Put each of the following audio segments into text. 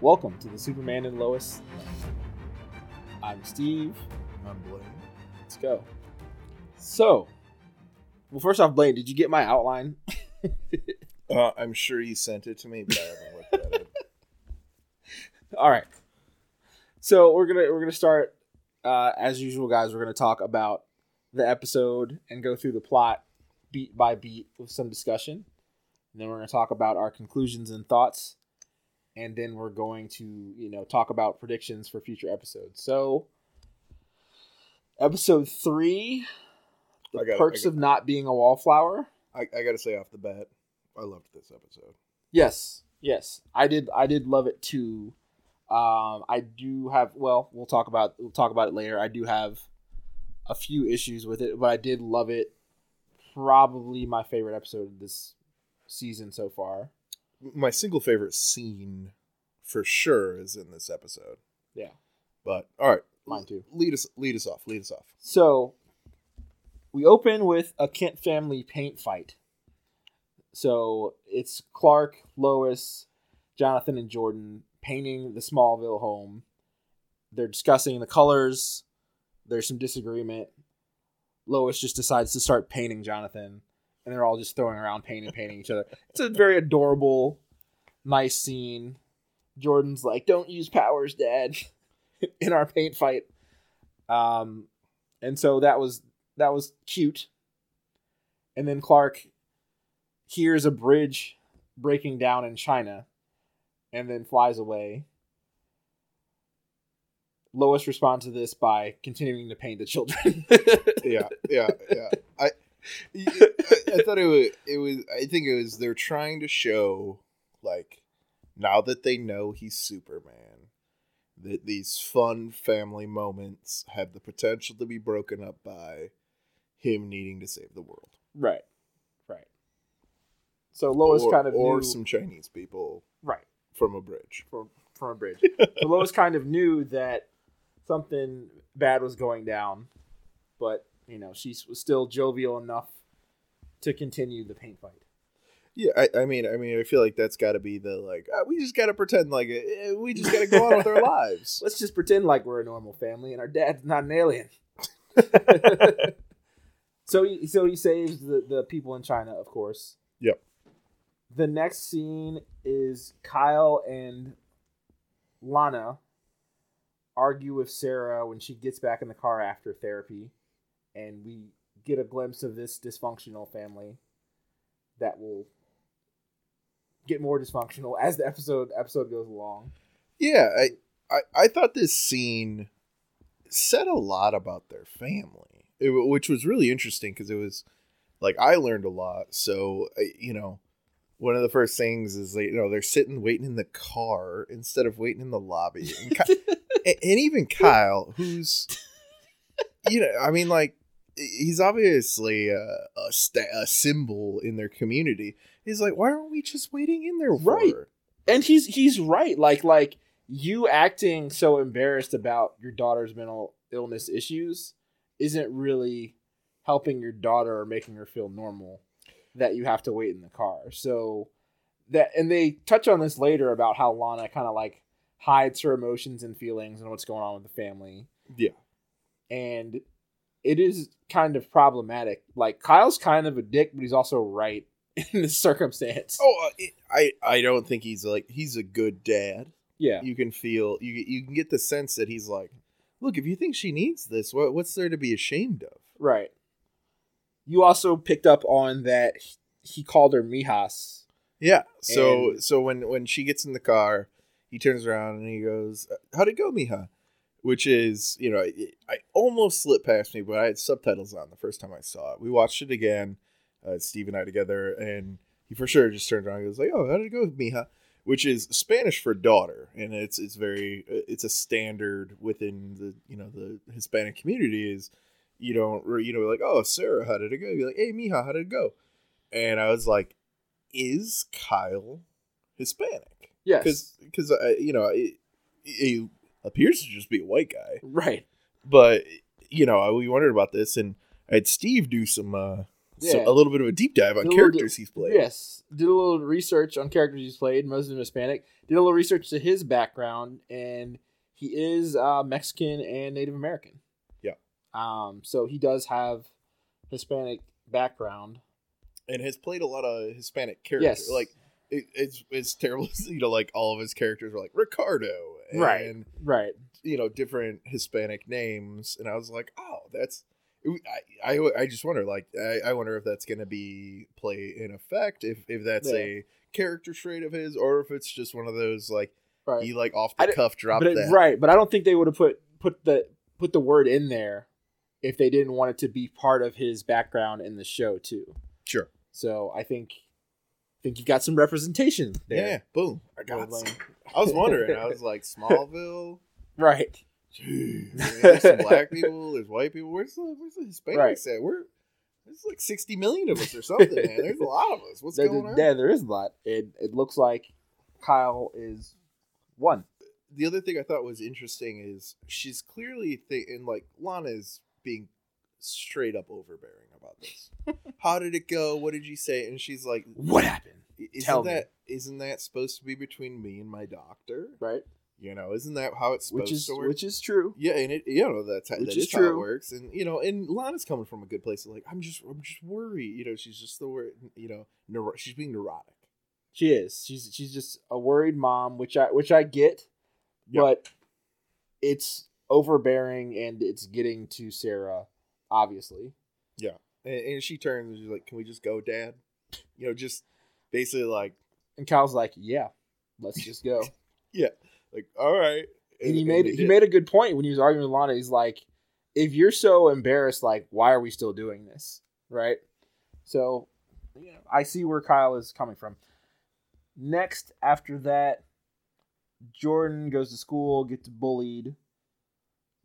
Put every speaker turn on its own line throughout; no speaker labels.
Welcome to the Superman and Lois. I'm Steve.
I'm Blaine.
Let's go. So, well, first off, Blaine, did you get my outline?
Uh, I'm sure you sent it to me, but I haven't looked at it.
All right. So we're gonna we're gonna start uh, as usual, guys. We're gonna talk about the episode and go through the plot beat by beat with some discussion. And then we're gonna talk about our conclusions and thoughts, and then we're going to you know talk about predictions for future episodes. So, episode three, the
I got it, I
perks
got
of not being a wallflower.
I, I gotta say off the bat, I loved this episode.
Yes, yes, I did. I did love it too. Um, I do have. Well, we'll talk about we'll talk about it later. I do have a few issues with it, but I did love it. Probably my favorite episode of this season so far.
My single favorite scene, for sure, is in this episode.
Yeah.
But all right,
Mine too.
lead us lead us off. Lead us off.
So we open with a Kent family paint fight. So it's Clark, Lois, Jonathan, and Jordan painting the Smallville home. They're discussing the colors. There's some disagreement. Lois just decides to start painting Jonathan, and they're all just throwing around painting, painting each other. It's a very adorable, nice scene. Jordan's like, "Don't use powers, Dad," in our paint fight. Um, and so that was that was cute and then clark hears a bridge breaking down in china and then flies away lois responds to this by continuing to paint the children
Yeah, yeah, yeah. I, I, I thought it was, it was. I think it was. They're trying to show, like, now that they know he's Superman, that these fun family moments have the potential to be broken up by him needing to save the world.
right right so lois
or,
kind of
or
knew,
some Chinese people
right
from a bridge.
from from a bridge. so Lois kind of knew that something bad was going down, but you know she s- was still jovial enough to continue the paint fight.
Yeah, I, I mean, I mean, I feel like that's got to be the like. Uh, we just got to pretend like it. eh, We just got to go on with our lives.
Let's just pretend like we're a normal family and our dad's not an alien. so he, so he saves the, the people in China, of course.
Yep.
The next scene is Kyle and Lana argue with Sarah when she gets back in the car after therapy, and we get a glimpse of this dysfunctional family that will get more dysfunctional as the episode episode goes along.
Yeah, I, I, I thought this scene said a lot about their family, it, wa- which was really interesting because it was like I learned a lot. So I- you know, one of the first things is they, you know they're sitting waiting in the car instead of waiting in the lobby, and, Ki- and, and even Kyle, who's you know, I mean, like he's obviously a a, sta a symbol in their community. He's like, why aren't we just waiting in there? for
Right.
her?"
and he's he's right like like you acting so embarrassed about your daughter's mental illness issues isn't really helping your daughter or making her feel normal that you have to wait in the car so that and they touch on this later about how lana kind of like hides her emotions and feelings and what's going on with the family
Yeah.
and it is kind of problematic like kyle's kind of a dick but he's also right in this circumstance
Oh, uh, it- I I don't think he's like he's a good dad.
yeah
You can feel you you can get the sense that he's like, look, if you think she needs this, what what's there to be ashamed of?
Right. You also picked up on that he- he called her Mijas.
Yeah. So
And-
so when when she gets in the car, he turns around and he goes, "Uh, "How'd it go, Mija?" Which is you know it, I almost slipped past me, but I had subtitles on the first time I saw it. We watched it again, uh, Steve and I together, and he for sure just turned around and goes like, "Oh, how'd it go, Mija?" Which is Spanish for daughter, and it's it's very uh, it's a standard within the you know the Hispanic community is you don't or, you know like oh Sarah how did it go you're like hey Mija how did it go, and I was like is Kyle Hispanic?
Yes.
Because because uh, you know it, it appears to just be a white guy,
right.
but you know I, we wondered about this, and I had Steve do some uh,
Yeah.
so a little bit of a deep dive on
Did a little
characters he's played.
Yes, did a little research on characters he's played, most of them Hispanic. Did a little research to his background, and he is uh, Mexican and Native American.
Yeah.
Um. So he does have Hispanic background.
and has played a lot of Hispanic characters.
Yes.
Like it, it's it's terrible. You know, like all of his characters were like Ricardo, and,
Right. Right.
You know, different Hispanic names, and I was like, oh, that's. I, I, I just wonder like I, I wonder if that's gonna be play in effect if, if that's
Yeah.
a character trait of his or if it's just one of those like
Right.
he like off
I
the
don't-
cuff dropped
but it-
that
right. But I don't think they would have put put the put the word in there if they didn't want it to be part of his background in the show too.
sure
So I think think you got some representation there.
yeah boom I
Lord
got some.
Lang.
I was wondering I was like Smallville
Right.
Jeez, man, there's some black people, there's white people. Where's the where's the Hispanics at? We're there's like sixty million of us or something, man. There's a lot of us. What's
There-
going on?
there- there is a lot. It it looks like Kyle is one.
The other thing I thought was interesting is she's clearly thi- and like Lana's being straight up overbearing about this. How did it go? What did you say? And she's like,
What happened?
Isn't
Tell me."
that not that supposed to be between me and my doctor?
Right,
You know, isn't that how it's supposed
which is
to work?
which is true.
Yeah, and it you know that's how,
Which
that
is
is how it
true.
works, and you know, and Lana's coming from a good place. Like I'm just I'm just worried. You know, she's just the word. You know, neuro- she's being neurotic.
She is. She's she's just a worried mom, which I which I get,
Yeah.
but it's overbearing and it's getting to Sarah, obviously.
And, and she turns and she's like, "Can we just go, Dad?" You know, just basically like
And Kyle's like, "Yeah, let's just go."
like all right.
and he made
they
he
did.
made a good point when he was arguing with Lana. He's like, if you're so embarrassed, like, why are we still doing this, right? So, you know, I see where Kyle is coming from. Next, after that, Jordan goes to school, gets bullied.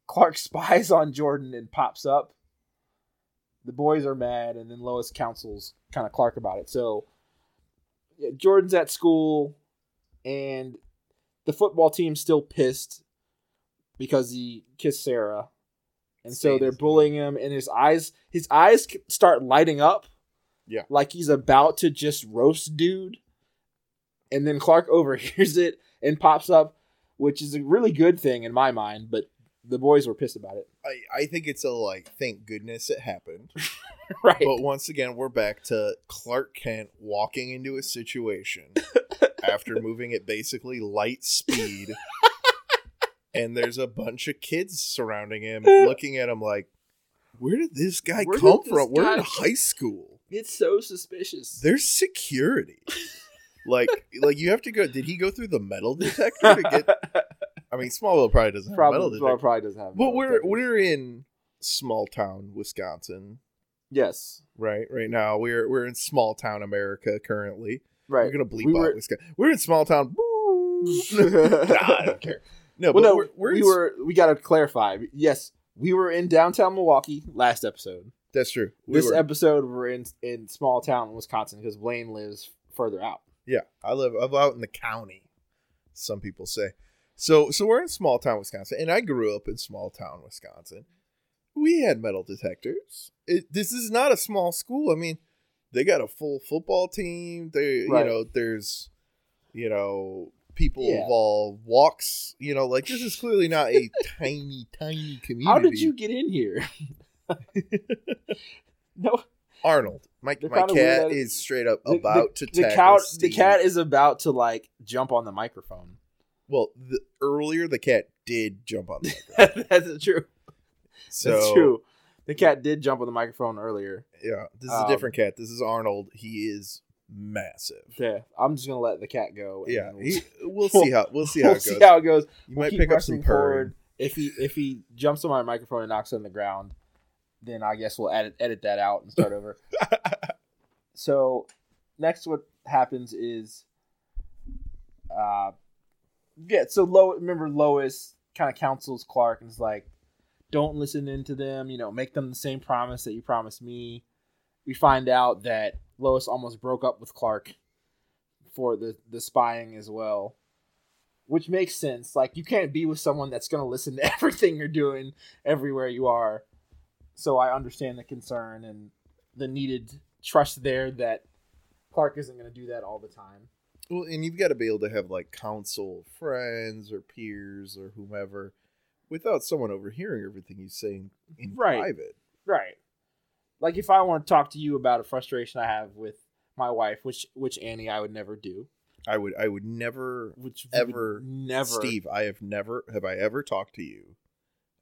Clark spies on Jordan and pops up. The boys are mad, and then Lois counsels kind of Clark about it. So, yeah, Jordan's at school, and the football team's still pissed because he kissed Sarah, and so
Stains.
they're bullying him. And his eyes, his eyes c- start lighting up,
Yeah.
like he's about to just roast dude. And then Clark overhears it and pops up, which is a really good thing in my mind. But the boys were pissed about it,
I I think it's a like thank goodness it happened.
right?
But once again, we're back to Clark Kent walking into a situation after moving at basically light speed. and there's a bunch of kids surrounding him, looking at him like, where did this guy
Where did
come
this
from? We're in
guy-
high school.
it's so suspicious.
There's security. Like, like you have to go. Did he go through the metal detector to get? I mean, Smallville probably doesn't have metal
probably, well,
detector.
probably doesn't have.
But
metal
we're
detectors.
we're in small town Wisconsin
yes,
right right now we're we're in small town america currently
right.
we're gonna bleep
We
out
were-
wisconsin we're in small town nah, i don't care no
well,
but
no,
we're, we're
we
in-
were. We gotta clarify. Yes, we were in downtown Milwaukee last episode.
that's true we
this
were,
episode, we're in in small town Wisconsin because Blaine lives further out.
yeah i live i'm out in the county some people say so so we're in small town wisconsin and i grew up in small town wisconsin we had metal detectors it, this is not a small school i mean they got a full football team they
Right.
you know there's you know people
Yeah.
of all walks you know like this is clearly not a tiny tiny community
How did you get in here? no,
arnold my,
They're
my
kinda weird
cat
at-
is straight up
the- the-
about to
the
tackle
cat. The
Steve.
cat is about to like jump on the microphone.
well the, earlier the cat did jump on the microphone.
That's true.
so
That's true. The cat did jump on the microphone earlier.
Yeah, this is
Um,
a different cat. This is Arnold. He is massive.
Yeah, I'm just gonna let the cat go. and
Yeah,
we'll-
he, we'll see how we'll see how
we'll
it goes.
see how it goes.
you
We'll
might
keep
pick up
pressing
some
forward.
purring.
If he if he jumps on my microphone and knocks on the ground, then I guess we'll edit edit that out and start over. so next, what happens is, uh, yeah. So Lo, remember Lois kind of counsels Clark and is like, "Don't listen in to them. You know, make them the same promise that you promised me." We find out that Lois almost broke up with Clark for the the spying as well which makes sense. Like you can't be with someone that's going to listen to everything you're doing everywhere you are. So I understand the concern and the needed trust there that Clark isn't going to do that all the time.
Well, and you've got to be able to have like counsel, friends, or peers, or whomever, without someone overhearing everything you say in, in
Right.
private.
Right. Like if I want to talk to you about a frustration I have with my wife, which which Annie I would never do,
I would, I would never,
which we would
Ever,
never
Steve. I have never, have I ever talked to you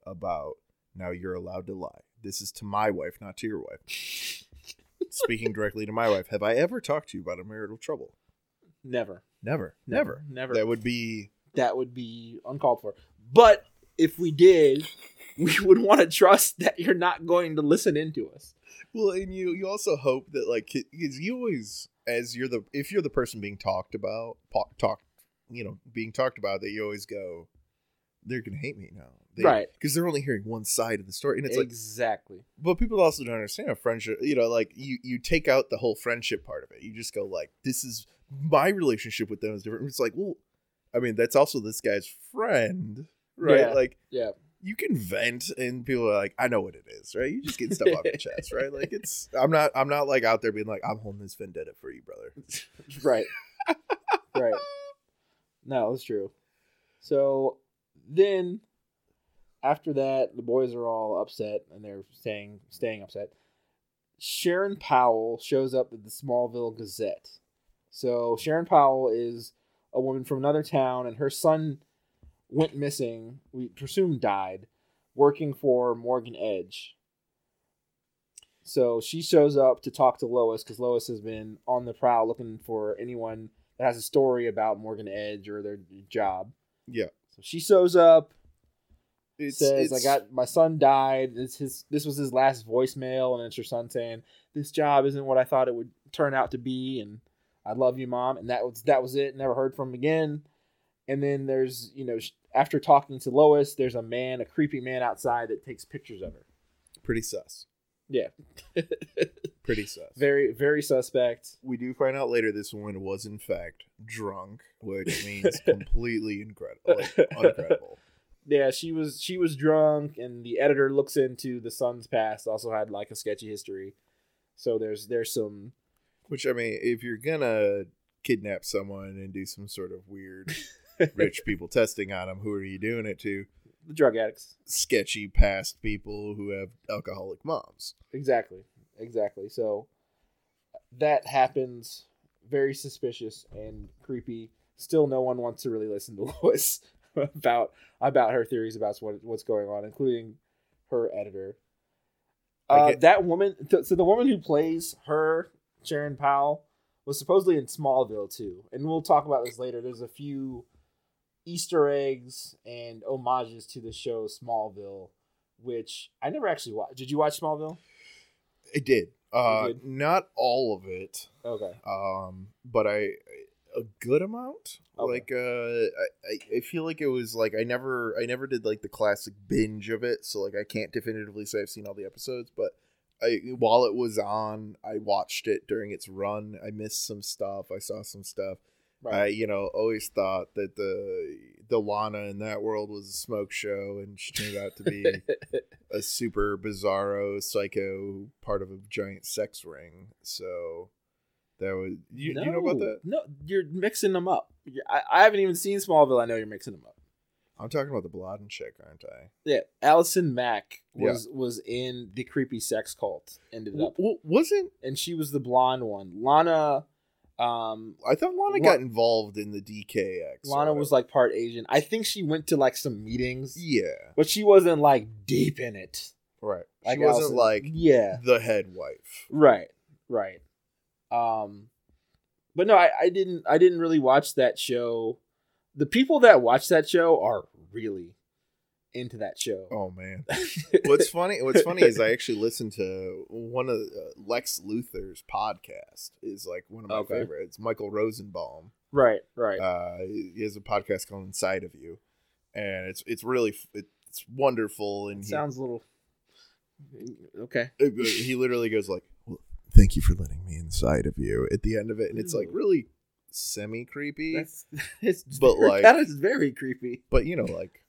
about? Now you're allowed to lie. This is to my wife, not to your wife. Speaking directly to my wife, have I ever talked to you about a marital trouble?
never,
Never,
never,
never.
never.
That would be
that would be uncalled for. But if we did, we would want to trust that you're not going to listen into us.
Well, and you you also hope that like because you always as you're the if you're the person being talked about po- talked you know being talked about that you always go they're gonna hate me now they,
Right.
because they're only hearing one side of the story and it's like
exactly.
but people also don't understand a friendship you know like you you take out the whole friendship part of it you just go like this is my relationship with them is different it's like well I mean that's also this guy's friend right
Yeah.
like
Yeah.
you can vent and people are like i know what it is right you just get stuff off your chest right like it's i'm not i'm not like out there being like i'm holding this vendetta for you brother
Right. right. No, that's true. So then after that, the boys are all upset and they're staying staying upset. Sharon Powell shows up at the Smallville Gazette. So Sharon Powell is a woman from another town and her son went missing, we presume died, working for Morgan Edge. So she shows up to talk to Lois because Lois has been on the prowl looking for anyone that has a story about Morgan Edge or their job.
Yeah.
So she shows up,
it's,
says,
it's-
"I got my son died. This his this was his last voicemail, and it's your son saying this job isn't what I thought it would turn out to be, and I love you, mom." And that was that was it. Never heard from him again. And then there's you know sh- after talking to Lois, there's a man, a creepy man outside that takes pictures of her.
pretty sus
Yeah,
pretty sus
very very suspect.
we do find out later this woman was in fact drunk which means completely incredible like, incredible
Yeah, she was she was drunk, and the editor looks into the son's past. Also had like a sketchy history, so there's there's some
which i mean if you're gonna kidnap someone and do some sort of weird rich people testing on them who are you doing it to
drug addicts.
sketchy past people who have alcoholic moms
Exactly. Exactly. So that happens. Very suspicious and creepy. Still, no one wants to really listen to Lois about about her theories about what what's going on, including her editor.
I
Uh,
get-
that woman. th- so the woman who plays her, Sharon Powell, was supposedly in Smallville too, and we'll talk about this later. There's a few Easter eggs and homages to the show Smallville, which I never actually watched. Did you watch Smallville?
It did. Uh,
did?
Not all of it,
Okay.
um, but I a good amount.
Okay.
Like uh, I- I, I feel like it was like I never I never did like the classic binge of it, so like I can't definitively say I've seen all the episodes, but I while it was on, I watched it during its run. I missed some stuff. I saw some stuff. I
Right.
you know always thought that the the Lana in that world was a smoke show, and she turned out to be. a super bizarro psycho part of a giant sex ring. So that was you, you know about that?
No, you're mixing them up. You- I, I haven't even seen Smallville. I know you're mixing them up.
I'm talking about the Bladen chick, aren't I?
Yeah, Allison Mack was was in the creepy sex cult. Ended
W-
up,
w- wasn't
and she was the blonde one. Lana, um,
I thought Lana
What-
got involved in the DKX? or
Lana
whatever.
was like part Asian. I think she went to like some meetings,
yeah,
but she wasn't like deep in it.
right. She
Like
wasn't
Allison-
like
yeah,
the head wife.
right, right. Um, but no, I, I didn't. I didn't really watch that show. The people that watch that show are really into that show.
Oh man, what's funny? What's funny is I actually listened to one of uh, Lex Luthor's podcast. Is like one of my
Okay.
favorites. Michael Rosenbaum.
Right, right.
Uh, he has a podcast called Inside of You, and it's it's really it's wonderful. And
It
he, uh,
sounds a little okay.
he literally goes like, well, "Thank you for letting me inside of you." At the end of it, and it's like
Ooh.
really semi creepy,
That's it's
But,
very-
like-
that is very creepy.
but you know, like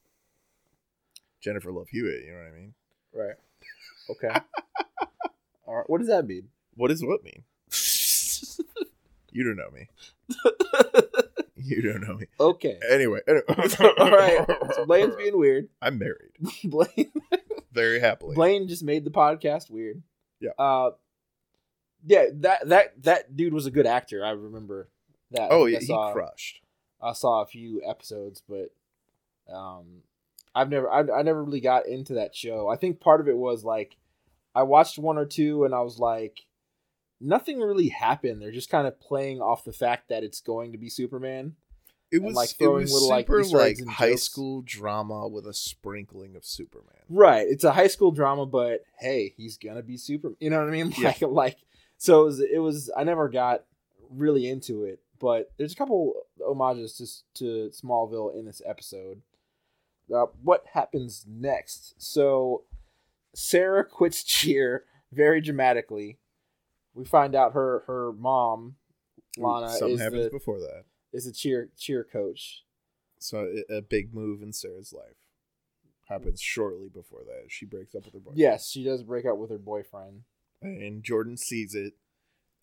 Jennifer Love Hewitt. You know what I mean?
Right. Okay. All right. What does that mean?
What does what mean? You don't know me. you don't know me.
okay.
Anyway, anyway.
All right. So Blaine's being weird.
I'm married
Blaine,
very happily.
Blaine just made the podcast weird.
Yeah.
Uh, yeah. That that that dude was a good actor. I remember that.
oh
I
yeah, he
saw-
crushed.
I saw a few episodes, but um, I've never I, I never really got into that show. I think part of it was like I watched one or two and I was like, nothing really happened. They're just kind of playing off the fact that it's going to be Superman.
It
and,
was
like,
it
throwing
was
little, like,
super
Easter
like
eggs and
high
jokes.
school drama with a sprinkling of Superman.
Right. It's a high school drama, but hey, he's gonna be Superman. You know what I mean?
Yeah.
Like like so it was, it was I never got really into it, but there's a couple homages just to Smallville in this episode. Uh, what happens next? So Sarah quits cheer very dramatically. We find out her her mom Lana
Something
is
happens
the-
before that.
is a cheer cheer coach.
So a- a big move in Sarah's life happens shortly before that. She breaks up with her boyfriend.
Yes, she does break up with her boyfriend.
and Jordan sees it,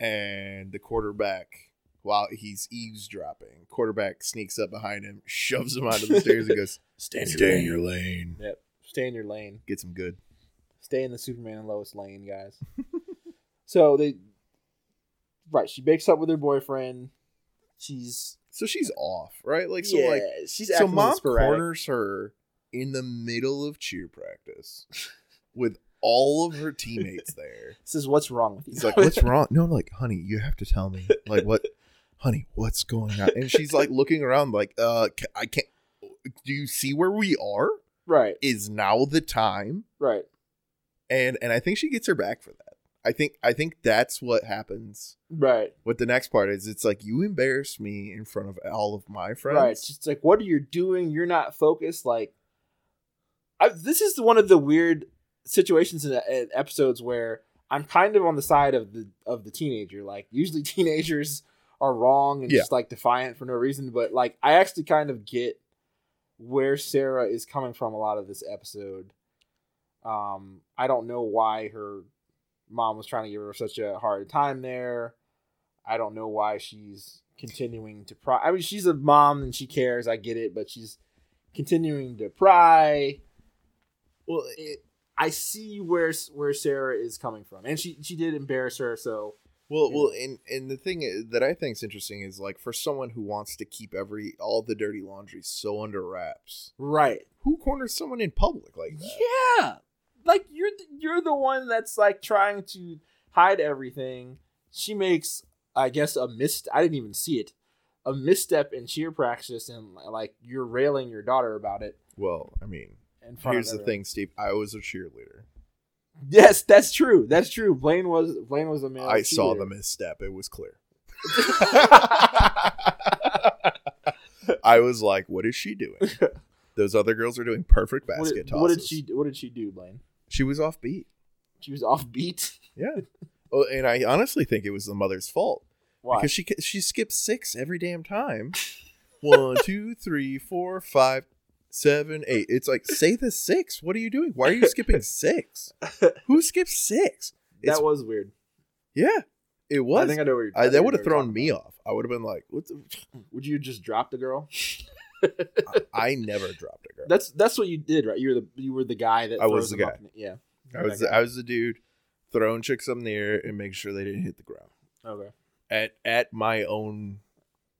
and the quarterback, while he's eavesdropping, quarterback sneaks up behind him, shoves him onto the stairs, and goes, "Stand,
in your
stay in
lane."
your lane."
Yep. Stay in your lane.
Gets him good.
stay in the Superman and Lois lane, guys. so they, right? She breaks up with her boyfriend. She's
So she's off, right? Like so,
yeah,
like
she's
so.
acting a little
Mom
sporadic.
corners her in the middle of cheer practice with all of her teammates there.
Says, "What's wrong with you?"
He's like, "What's wrong?" No, I'm like, honey, you have to tell me. Like, what, honey, what's going on? And she's like looking around, like, "Uh, ca- I can't. Do you see where we are?
right,
Is now the time?"
right,
And and I think she gets her back for that. I think I think that's what happens.
right,
What the next part is? It's like you embarrassed me in front of all of my friends.
right. She's like, "What are you doing? You're not focused." Like, I, this is one of the weird situations in, in episodes where I'm kind of on the side of the of the teenager. Like, usually teenagers are wrong and
Yeah.
just like defiant for no reason, but like I actually kind of get where Sarah is coming from a lot of this episode. Um, I don't know why her mom was trying to give her such a hard time there. I don't know why she's continuing to pry. I mean, she's a mom and she cares. I get it, but she's continuing to pry.
Well,
It, I see where where Sarah is coming from, and she she did embarrass her. So
Well,
Yeah.
well, and and the thing i- that I think is interesting is like for someone who wants to keep every all the dirty laundry so under wraps,
right,
who corners someone in public like that?
yeah, like you're the, you're the one that's like trying to hide everything. She makes, I guess, a missed. I didn't even see it, a misstep in cheer practice, and like you're railing your daughter about it.
Well, I mean,
In front
here's
of
the
everyone.
thing, Steve. I was a cheerleader.
Yes, that's true. That's true. Blaine was Blaine was a man.
I saw the
them.
misstep. It was clear. I was like, "What is she doing?" Those other girls are doing perfect
What
basket
did,
tosses.
what did she? What did she do, Blaine?
She was offbeat.
She was off beat.
Yeah. Oh, and I honestly think it was the mother's fault.
Why?
Because she she skips six every damn time. One, two, three, four, five, seven, eight. It's like say the six. What are you doing? Why are you skipping six? Who skips six? it's-
that was weird.
Yeah, it was.
I think I know where you're.
I-
think
that would
know
have
what you're
thrown me
talking
off. I would have been like, "What? The,
about. Would you just drop the girl?
I, I never dropped a girl.
That's that's what you did, right? You were the you were the guy that
I was
throws
the
them
guy.
up in- yeah.
I was I was the dude throwing chicks up in the air and making sure they didn't hit the ground.
okay.
At at my own,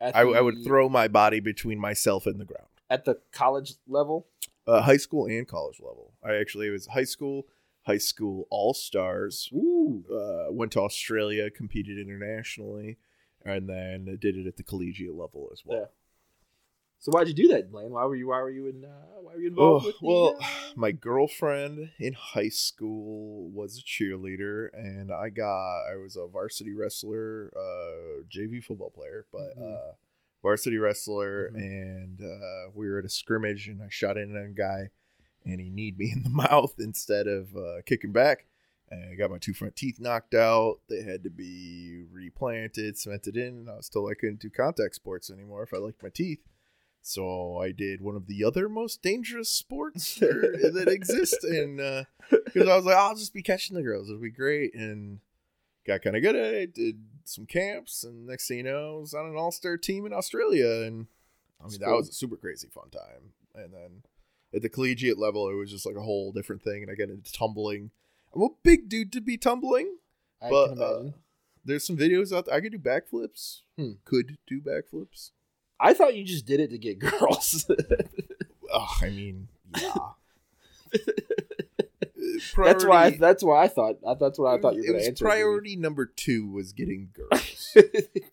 At
I, I would
the-
throw my body between myself and the ground.
at the college level.
uh, high school and college level. I actually it was high school, high school all stars.
Ooh,
Uh, went to Australia, competed internationally, and then did it at the collegiate level as well.
Yeah. so why'd you do that, Blaine? Why were you why were you in uh, why were you involved?
Oh,
with the,
well,
uh,
my girlfriend in high school was a cheerleader, and I got I was a varsity wrestler, uh, JV football player, but
Mhm.
uh, varsity wrestler,
Mhm.
and uh, we were at a scrimmage, and I shot in on a guy, and he kneed me in the mouth instead of uh, kicking back. And I got my two front teeth knocked out. They had to be replanted, cemented in, and I was told I couldn't do contact sports anymore if I liked my teeth. So I did one of the other most dangerous sports there, uh, that exist, and because I was like, I'll just be catching the girls, it'll be great, and got kind of good at it, did some camps, and next thing you know, was on an all star team in Australia. And I mean,
That's
that
cool.
was a super crazy fun time. And then at the collegiate level, it was just like a whole different thing. And I got into tumbling. I'm a big dude to be tumbling.
I
But, uh,
can imagine.
There's some videos out there. I could do backflips.
Hmm.
Could do backflips.
I thought you just did it to get girls.
Ugh, I mean, yeah. Uh,
that's why. I, that's why I thought. I, that's what I thought you
it
were going
was
to answer.
priority number two was getting girls.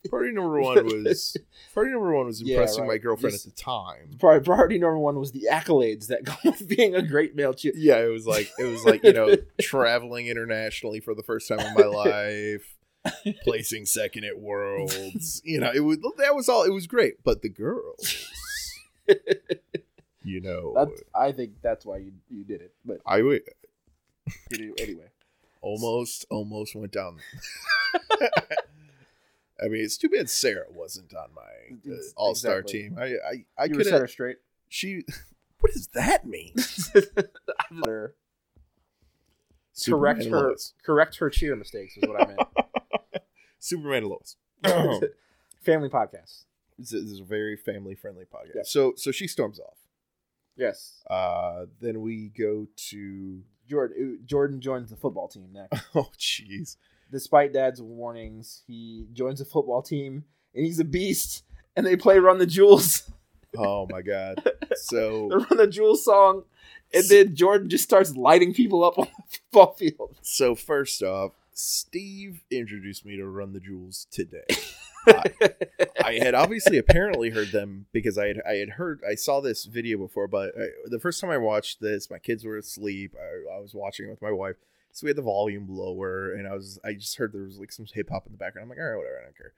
priority number one was priority number one was
Yeah,
impressing my
right.
girlfriend
Just-
at the time.
Pri- priority number one was the accolades that go with being a great male cheer.
Yeah, it was like it was like you know traveling internationally for the first time in my life, placing second at worlds. You know, it was that was all. It was great, but the girls, you know,
That's, I think that's why you you did it. But
I would
anyway,
Almost, almost went down. I mean, it's too bad Sarah wasn't on my uh,
Ex-
All Star
exactly.
team. I, I, I
you were
could
set
have.
her straight.
She. What does that mean?
Her-
Superman
correct
and
her
Lois.
correct her cheer mistakes is what I meant.
Superman and
Oh.
Lois.
Family podcast.
this is this is a very family friendly podcast.
Yeah.
So, so she storms off.
Yes,
Uh, then we go to.
Jordan Jordan joins the football team next.
Oh, jeez.
despite dad's warnings, he joins a football team and he's a beast. And they play "Run the Jewels,"
Oh my God.
the
So,
"Run the Jewels" song, and then Jordan just starts lighting people up on the football field.
so first off, Steve introduced me to Run the Jewels today. I had obviously apparently heard them because I had I had heard I saw this video before, but I, the first time I watched this, my kids were asleep. I, I was watching it with my wife, so we had the volume lower, and I was I just heard there was like some hip hop in the background. I'm like, all right, whatever, I don't care.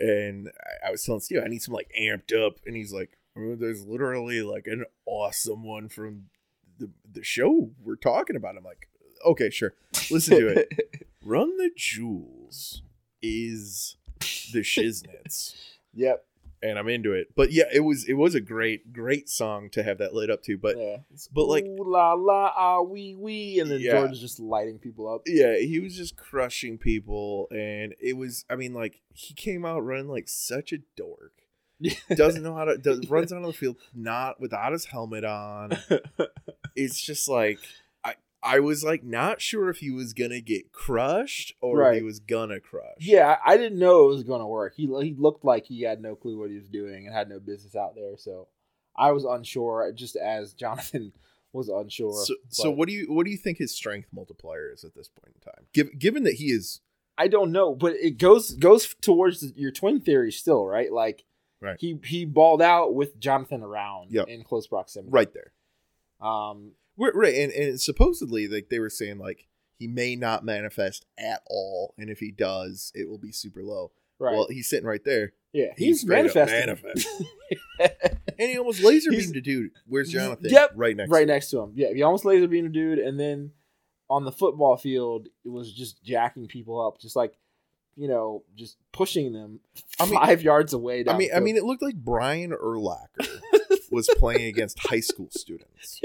And I, I was telling Steve, I need some like amped up, and he's like, "Oh, there's literally like an awesome one from the the show we're talking about. I'm like, okay, sure, listen to it. Run the Jewels is the shiznits
yep.
and I'm into it. But yeah, it was it was a great great song to have that lit up to. But
yeah.
but like
Ooh, la la ah wee wee, and then
Yeah.
Jordan's just lighting people up.
yeah, he was just crushing people, and it was I mean like he came out running like such a dork. Doesn't know how to does, runs out on the field not without his helmet on. It's just like. I I was like not sure if he was gonna get crushed or if
Right.
he was gonna crush.
Yeah, I I didn't know it was going to work. He he looked like he had no clue what he was doing and had no business out there. So I was unsure, just as Jonathan was unsure.
So, so
but-
what do you what do you think his strength multiplier is at this point in time? Giv given that he is
I don't know, but it goes goes towards your twin theory still, right? Like,
Right.
he he balled out with Jonathan around
Yep.
in close proximity.
right there,
Um.
Right, right, and, and supposedly like they were saying like he may not manifest at all, and if he does, it will be super low.
Right.
Well, he's sitting right there.
yeah.
he
He's
straight up
manifesting.
and he almost laser
He's-
beamed a dude. Where's Jonathan?
Yep,
right next.
right next to him. Yeah. He almost laser beamed a dude, and then on the football field, it was just jacking people up, just like you know, just pushing them
I mean-
five yards away.
I
Down
mean,
the
I
field.
mean, it looked like Brian Urlacher was playing against high school students.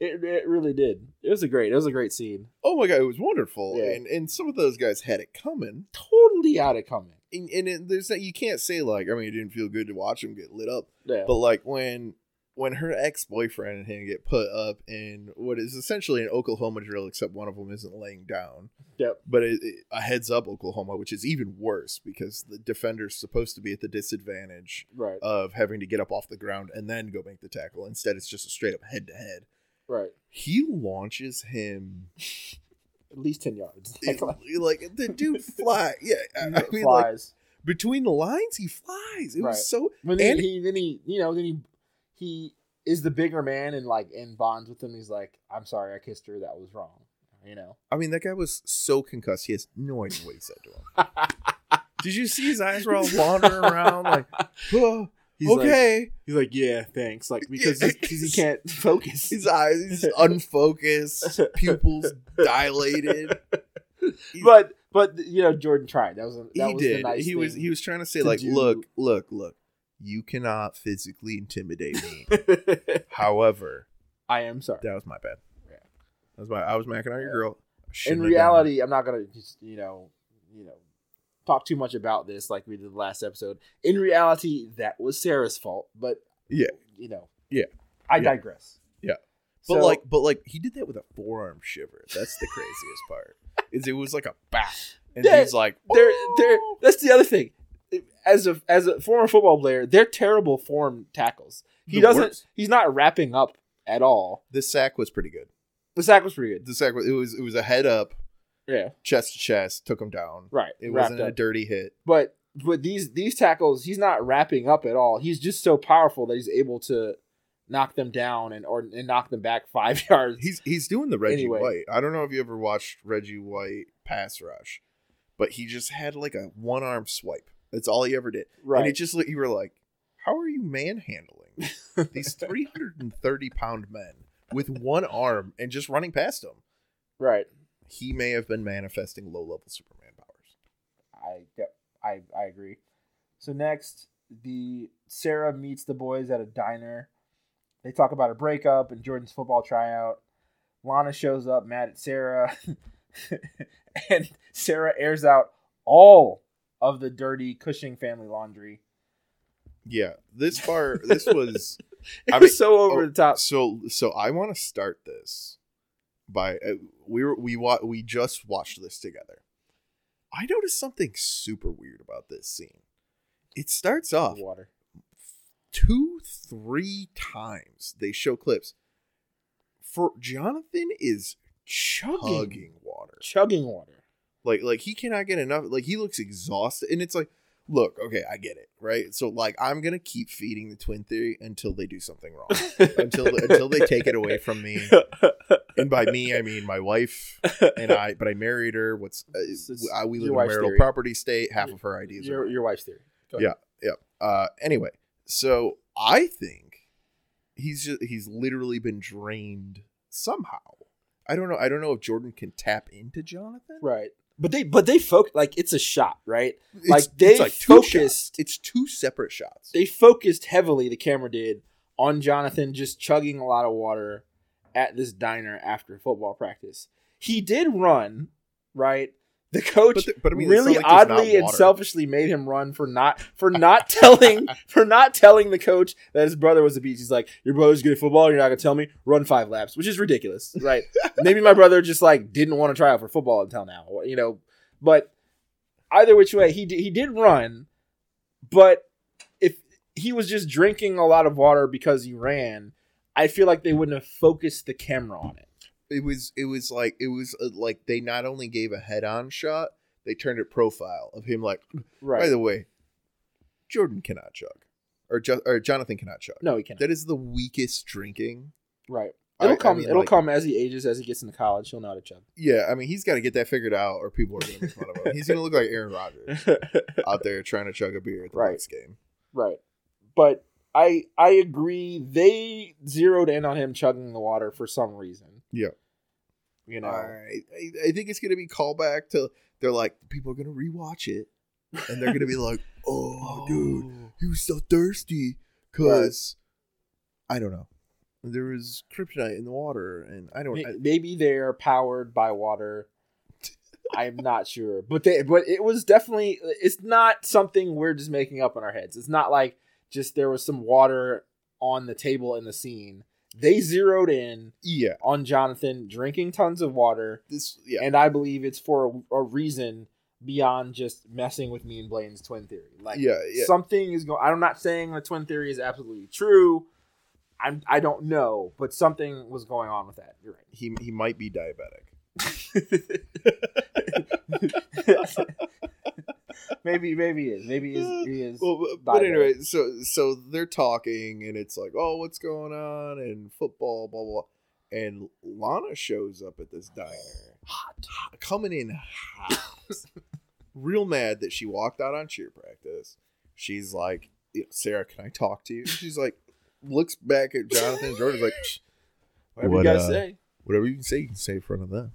it, it really did. It was a great. It was a great scene.
Oh my god, it was wonderful,
Yeah.
and and some of those guys had it coming.
Totally out of coming.
And, and it, there's that you can't say like I mean it didn't feel good to watch him get lit up,
Yeah.
But like when when her ex boyfriend and him get put up in what is essentially an Oklahoma drill, except one of them isn't laying down.
Yep.
But it, it- a heads up Oklahoma, which is even worse because the defender's supposed to be at the disadvantage
right.
of having to get up off the ground and then go make the tackle. Instead, it's just a straight up head to head.
right.
He launches him
At least ten yards.
it- like the dude fly. Yeah, I, I mean, like
flies.
between the lines, he flies. It
Right.
was so
When then
And-
he then he you know then he he is the bigger man and like and bonds with him. He's like, I'm sorry, I kissed her. That was wrong. You know.
I mean, that guy was so concussed. He has no idea what he said to him. Did you see his eyes were all wandering around? Like, "Oh,
Like,
okay.
he's like, yeah, thanks. Like because
Yeah.
because he can't focus.
his eyes he's unfocused, pupils dilated.
but but you know Jordan tried. That was a, that
he
was The
did.
nice
he was
thing.
he was trying to say
to
like,
do.
look, look, look. You cannot physically intimidate me. However,
I am sorry.
that was my bad.
Yeah.
That was my. I was macking on your girl.
in
Shouldn't have done
reality, I'm not gonna just you know you know talk too much about this like we did last episode. In reality, that was Sarah's fault, but
Yeah.
you know,
Yeah.
I
Yeah.
digress.
Yeah. that. But
So-
like, but like, he did that with a forearm shiver. That's the craziest part. Is it was like a bat, and
Yeah,
he's like,
they're they're
"Oh."
that's the other thing. As a as a former football player, they're terrible form tackles. He
The
doesn't.
worst.
He's not wrapping up at all.
The sack was pretty good.
The sack was pretty good.
The sack was it was it was a head up,
Yeah,
chest to chest, took him down.
right.
It
wrapped
wasn't a
up.
dirty hit.
but but these these tackles, he's not wrapping up at all. He's just so powerful that he's able to knock them down and or and knock them back five yards.
He's he's doing the Reggie
Anyway.
White. I don't know if you ever watched Reggie White pass rush, but he just had like a one arm swipe. That's all he ever did,
right.
and it just you were like, how are you manhandling these three hundred and thirty pound men with one arm and just running past them?
right.
He may have been manifesting low level Superman powers.
I yep, I I agree. So next, the Sarah meets the boys at a diner. They talk about a breakup and Jordan's football tryout. Lana shows up mad at Sarah, and Sarah airs out all of the dirty Cushing family laundry.
Yeah, this part, this was
It
I
was
mean-
so over
oh,
the top.
so so i want to start this by uh, we were we wa- we just watched this together i noticed something super weird about this scene it starts off
Water.
two three times they show clips for jonathan is
Chugging.
hugging water
Chugging water.
like like he cannot get enough like he looks exhausted and it's like look okay i get it right so like i'm gonna keep feeding the twin theory until they do something wrong until until they take it away from me and by me I mean my wife and I. But I married her. What's uh,
It's- it's
I, we live
your
in a
wife's
marital
theory.
property state. Half of her ideas.
your,
are
your wife's theory. Go
Yeah. uh, anyway, so I think he's just, he's literally been drained somehow. I don't know. I don't know if Jordan can tap into Jonathan.
Right. But they but they focus like it's a shot, right?
It's-
like they
it's two shots.
focused
It's two separate shots.
they focused heavily the camera did on Jonathan just chugging a lot of water at this diner after football practice. He did run, right? The coach
But, the- but I mean, it's
really
not like there's not
oddly and
water.
selfishly made him run for not for not telling for not telling the coach that his brother was a beast. He's like, "Your brother's good at football. You're not gonna tell me run five laps," which is ridiculous, right? Maybe my brother just like didn't want to try out for football until now, or, you know. But either which way, he d- he did run, but if he was just drinking a lot of water because he ran, I feel like they wouldn't have focused the camera on it.
It was. It was like. It was uh, like they not only gave a head-on shot, they turned it profile of him like
Right?
By the way, Jordan cannot chug, or jo- or Jonathan cannot chug.
no, he can't.
That is the weakest drinking.
Right.
I-
It'll
I
come.
mean,
it'll
like-
come as he ages, as he gets into college. He'll know how to chug.
Yeah, I mean he's got to get that figured out, or people are going to make fun of him. He's going to look like Aaron Rodgers out there trying to chug a beer at the
Right.
Bucks game.
right. But I I agree. They zeroed in on him chugging the water for some reason.
Yeah.
You know.
I, I, I think it's going to be callback to they're like people are going to rewatch it, and they're going to be like, "Oh, dude, he was so thirsty because I don't know." There was kryptonite in the water, and I don't.
May- Maybe they're powered by water. I'm not sure, but they but it was definitely. It's not something we're just making up in our heads. It's not like just there was some water on the table in the scene. They zeroed in
yeah,
on Jonathan drinking tons of water.
this. Yeah,
and I believe it's for a, a reason beyond just messing with me and Blaine's twin theory. Like,
yeah, yeah.
something is going. I'm not saying the twin theory is absolutely true. I'm. I don't know, but something was going on with that. You're
he he might be diabetic.
right. maybe, maybe he is. Maybe he is. He is.
Well, but, but
diabetic.
anyway, so so they're talking, and it's like, oh, what's going on, and football, blah blah. blah. And Lana shows up at this diner,
Hot.
coming in hot, real mad that she walked out on cheer practice. She's like, Sarah, can I talk to you? She's like, looks back at Jonathan. Jordan's like, "Psh,
Whatever
What,
you gotta
uh,
say.
whatever you can say, you can say in front of them.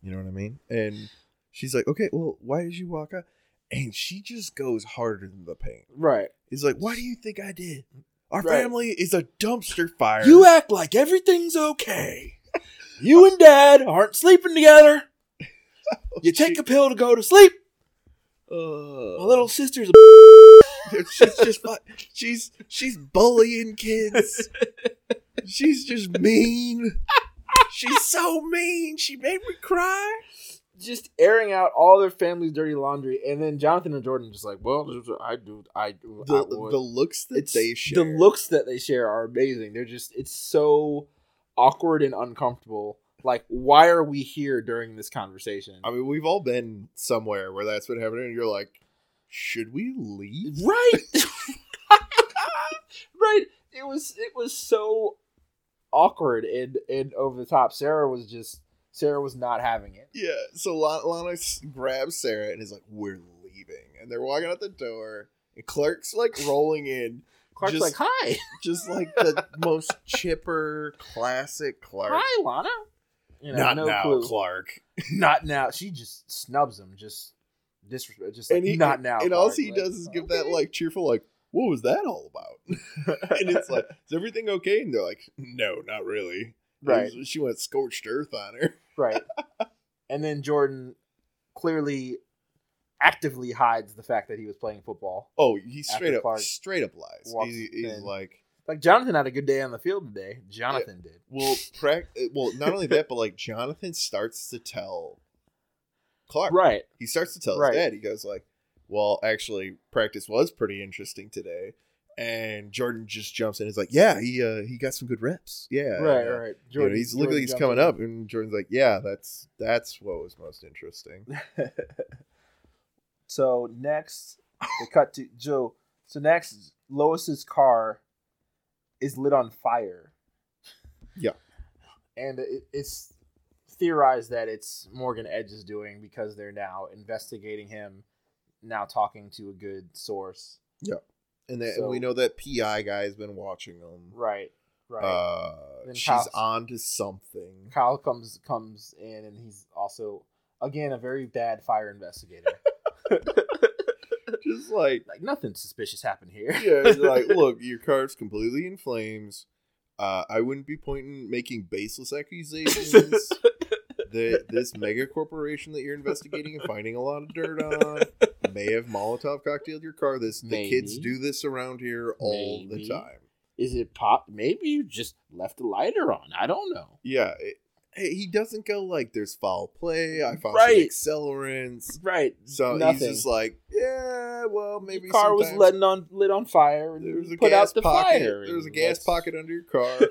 You know what I mean? And she's like, okay, well, why did you walk out? And she just goes harder than the paint.
Right.
He's like, "Why do you think I did? Our
Right.
family is a dumpster fire."
You act like everything's okay. You and Dad aren't sleeping together. You take a pill to go to sleep. My little sister's a
she's just fu- she's she's bullying kids. She's just mean. She's so mean. She made me cry.
just airing out all their family's dirty laundry, and then Jonathan and Jordan just like, well, this is what I do, I do, I
The,
would."
the looks that
It's-
they share.
The looks that they share are amazing. They're just it's so awkward and uncomfortable. Like, why are we here during this conversation?
I mean, we've all been somewhere where that's been happening, and you're like, should we leave?
right, right. It was it was so awkward and and over the top. Sarah was just Sarah was not having it.
Yeah. So Lon- Lana s- grabs Sarah and is like, we're leaving. And they're walking out the door, and Clark's like rolling in,
Clark's
Just-
like, hi,
just like the most chipper, classic Clark.
hi, Lana. You know,
Not
no
now,
clue.
Clark.
not now. She just snubs him, just disrespect, just like,
And he-
not now.
and all
Clark."
he
Like,
does is give that
okay.
like cheerful like what was that all about and it's like is everything okay and they're like no not really
right,
she went scorched earth on her
right. And then Jordan clearly actively hides the fact that he was playing football.
oh he straight
After
up
Clark
straight up lies
walks
he's, he's
in.
like
Like Jonathan had a good day on the field today. Jonathan did.
well prac- well not only that but like jonathan starts to tell clark
Right.
he starts to tell
Right.
his dad he goes like well actually practice was pretty interesting today and jordan just jumps in and is like yeah he uh he got some good reps yeah
right,
uh,
right.
You know, he's looking like he's
jumps
coming
in.
up, and Jordan's like, "Yeah, that's that's what was most interesting."
So next, they cut to Joe. So next, Lois's car is lit on fire.
Yeah.
and it, it's theorized that it's Morgan Edge's doing because they're now investigating him, now talking to a good source.
And, that,
So-
and we know that PI guy has been watching them.
Right, right.
Uh,
Then
she's
Kyle's-
on to something.
Kyle comes comes in, and he's also again a very bad fire investigator.
Just like,
like nothing suspicious happened here.
yeah, it's like, look, your car's completely in flames. Uh, I wouldn't be pointing making baseless accusations. that this mega corporation that you're investigating and finding a lot of dirt on may have Molotov cocktailed your car. This the kids
Maybe.
do this around here all
Maybe.
the time.
Is it pop? Maybe you just left a lighter on. I don't know.
Yeah, it, he doesn't go like there's foul play. I found some
Right.
accelerants.
Right.
So
Nothing.
he's just like, yeah, well, maybe
Your car was
sometimes
letting on lit on fire and
There was a
put
gas
out the
pocket.
fire.
There was a
and
gas
that's-
pocket under your car, and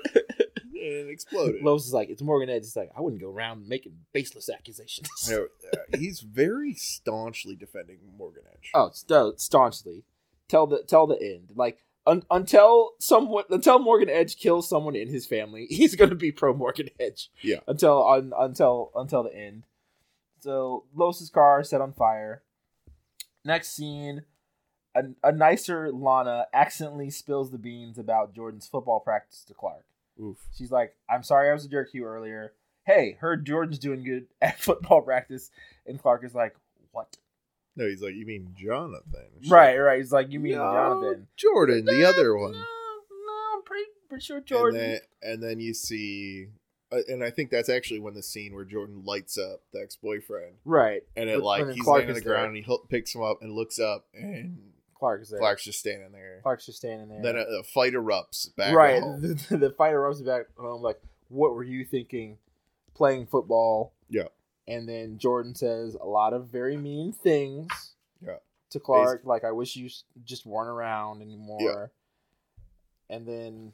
it exploded.
Lois is like, it's Morgan Edge. It's like, I wouldn't go around making baseless accusations.
You know, uh, he's very staunchly defending Morgan Edge.
oh, sta- staunchly. Tell the tell the end. Like un- until someone until Morgan Edge kills someone in his family, he's gonna be pro Morgan Edge.
Yeah.
Until un- until until the end. So Lois's car set on fire. Next scene, a, a nicer Lana accidentally spills the beans about Jordan's football practice to Clark.
Oof.
She's like, I'm sorry I was a jerk to you earlier. Hey, heard Jordan's doing good at football practice. And Clark is like, What?
No, he's like, you mean Jonathan? She's
Right,
like,
right. He's like, You mean
"No,
Jonathan?
Jordan, the
"No,
other
no,
one.
No, I'm pretty, pretty sure Jordan.
And then, and then you see, uh, and I think that's actually when the scene where Jordan lights up the ex-boyfriend.
right.
and it
But-
like
and then
he's
Clark
laying on the
is there.
ground and he h- picks him up and looks up and
Clark is there.
Clark's just standing there.
Clark's just standing there.
Then a, a fight erupts back.
right.
Right.
The, the, fighter rubs it back home, like, What were you thinking playing football?
Yeah.
And then Jordan says a lot of very mean things
Yeah.
to Clark, like, I wish you s- just weren't around anymore. And then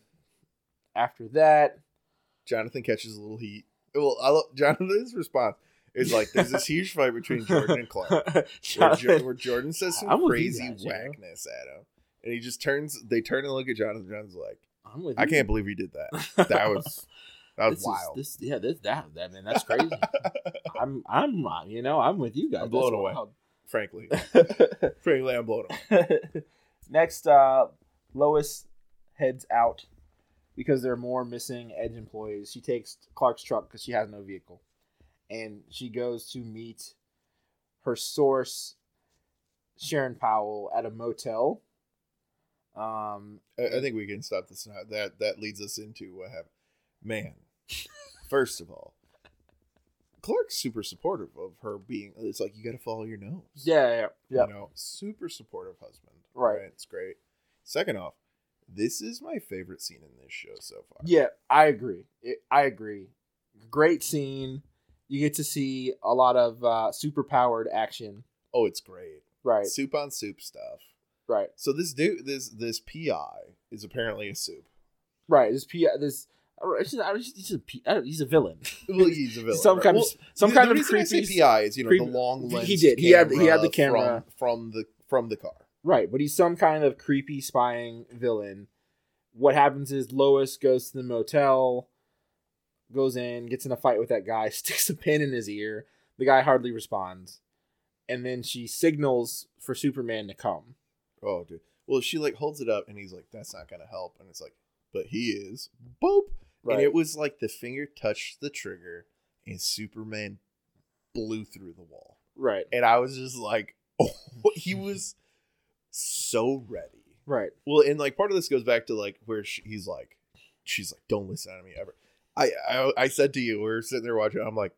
after that,
Jonathan catches a little heat. Well, I love Jonathan's response is like there's this huge fight between Jordan and Clark. Where, Jo-
Jonathan-
where Jordan says some
I'm with you
crazy
guys, you know?
whackness at him. And he just turns they turn and look at Jonathan. John's like,
I'm with
I
you.
can't believe he did that. That was that was
This is-
wild.
this, yeah, this that that man, that's crazy. I'm I'm uh, you know I'm with you guys.
I'm blown away.
That's
frankly.
wild.
Frankly, I'm blown away.
Next, uh, Lois heads out because there are more missing Edge employees. She takes Clark's truck because she has no vehicle, and she goes to meet her source, Sharon Powell, at a motel. Um,
I, I think we can stop this now. That that leads us into what happened. Man, first of all, Clark's super supportive of her being. It's like you got to follow your nose.
Yeah, yeah, yeah.
You know, super supportive husband.
Right.
It's great. Second off, this is my favorite scene in this show so far.
Yeah, I agree. It, I agree. Great scene. You get to see a lot of uh, super powered action.
Oh, it's great.
Right,
Soup on soup stuff.
right,
So this dude, this this PI is apparently a soup.
right. This P. This I don't- he's a, he's a, P- I don't- he's a villain.
Well, he's a villain.
some
right?
kind
Well,
of some
the-
kind
the
of
reason I say
creepy.
PI is you know
creepy-
the long lens.
He did. He had- he had the camera.
from, from the from the car.
Right, but he's some kind of creepy spying villain. What happens is Lois goes to the motel, goes in, gets in a fight with that guy, sticks a pin in his ear. The guy hardly responds. And then she signals for Superman to come.
Oh, dude. Well, she like holds it up, and he's like, "That's not gonna help." And it's like, "But he is." Boop. And it was like the finger touched the trigger, and Superman blew through the wall.
right.
And I was just like, "Oh, he was so ready."
Right.
Well, and like part of this goes back to like where she, he's like, she's like, "Don't listen to me ever." I, I I said to you, we were sitting there watching. I'm like,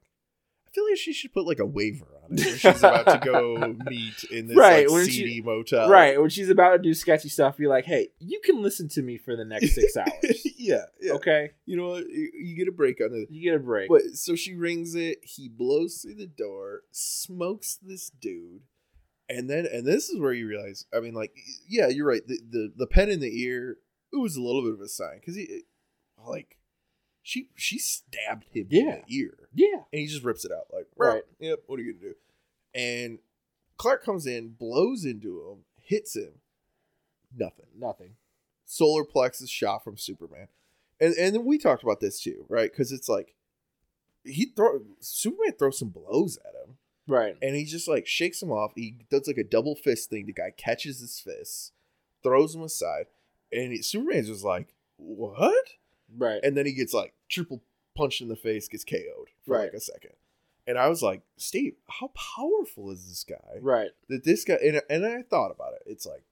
I feel like she should put like a waiver on it. Where she's about to go meet in this
Right,
like,
when she-
seedy motel,
right. When she's about to do sketchy stuff, you're like, hey, you can listen to me for the next six hours.
yeah, yeah.
Okay?
You know, what? you, you get a break on it.
You get a break.
But so she rings it. He blows through the door, smokes this dude, and then and this is where you realize. I mean, like, yeah, you're right. The the, the pen in the ear. It was a little bit of a sign because he, like, she she stabbed him in
Yeah.
the ear,
yeah.
and he just rips it out. Like, right,
Right.
yep. What are you gonna do? And Clark comes in, blows into him, hits him. Nothing
Nothing.
solar plexus shot from Superman. And and then we talked about this too, right? Because it's like he throw Superman throws some blows at him,
Right.
and he just like shakes him off. He does like a double fist thing. The guy catches his fist, throws him aside, and he, Superman's just like, "What?"
Right.
And then he gets like triple punched in the face, gets KO'd for like
Right.
a second. And I was like, Steve, how powerful is this guy?
right.
that this guy and, and I thought about it. It's like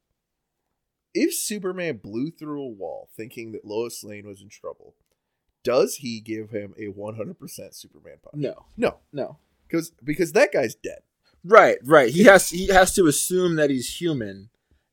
if Superman blew through a wall thinking that Lois Lane was in trouble, does he give him a 100% Superman punch?
No.
No,
No.
because because that guy's dead.
Right, right. He has he has to assume that he's human,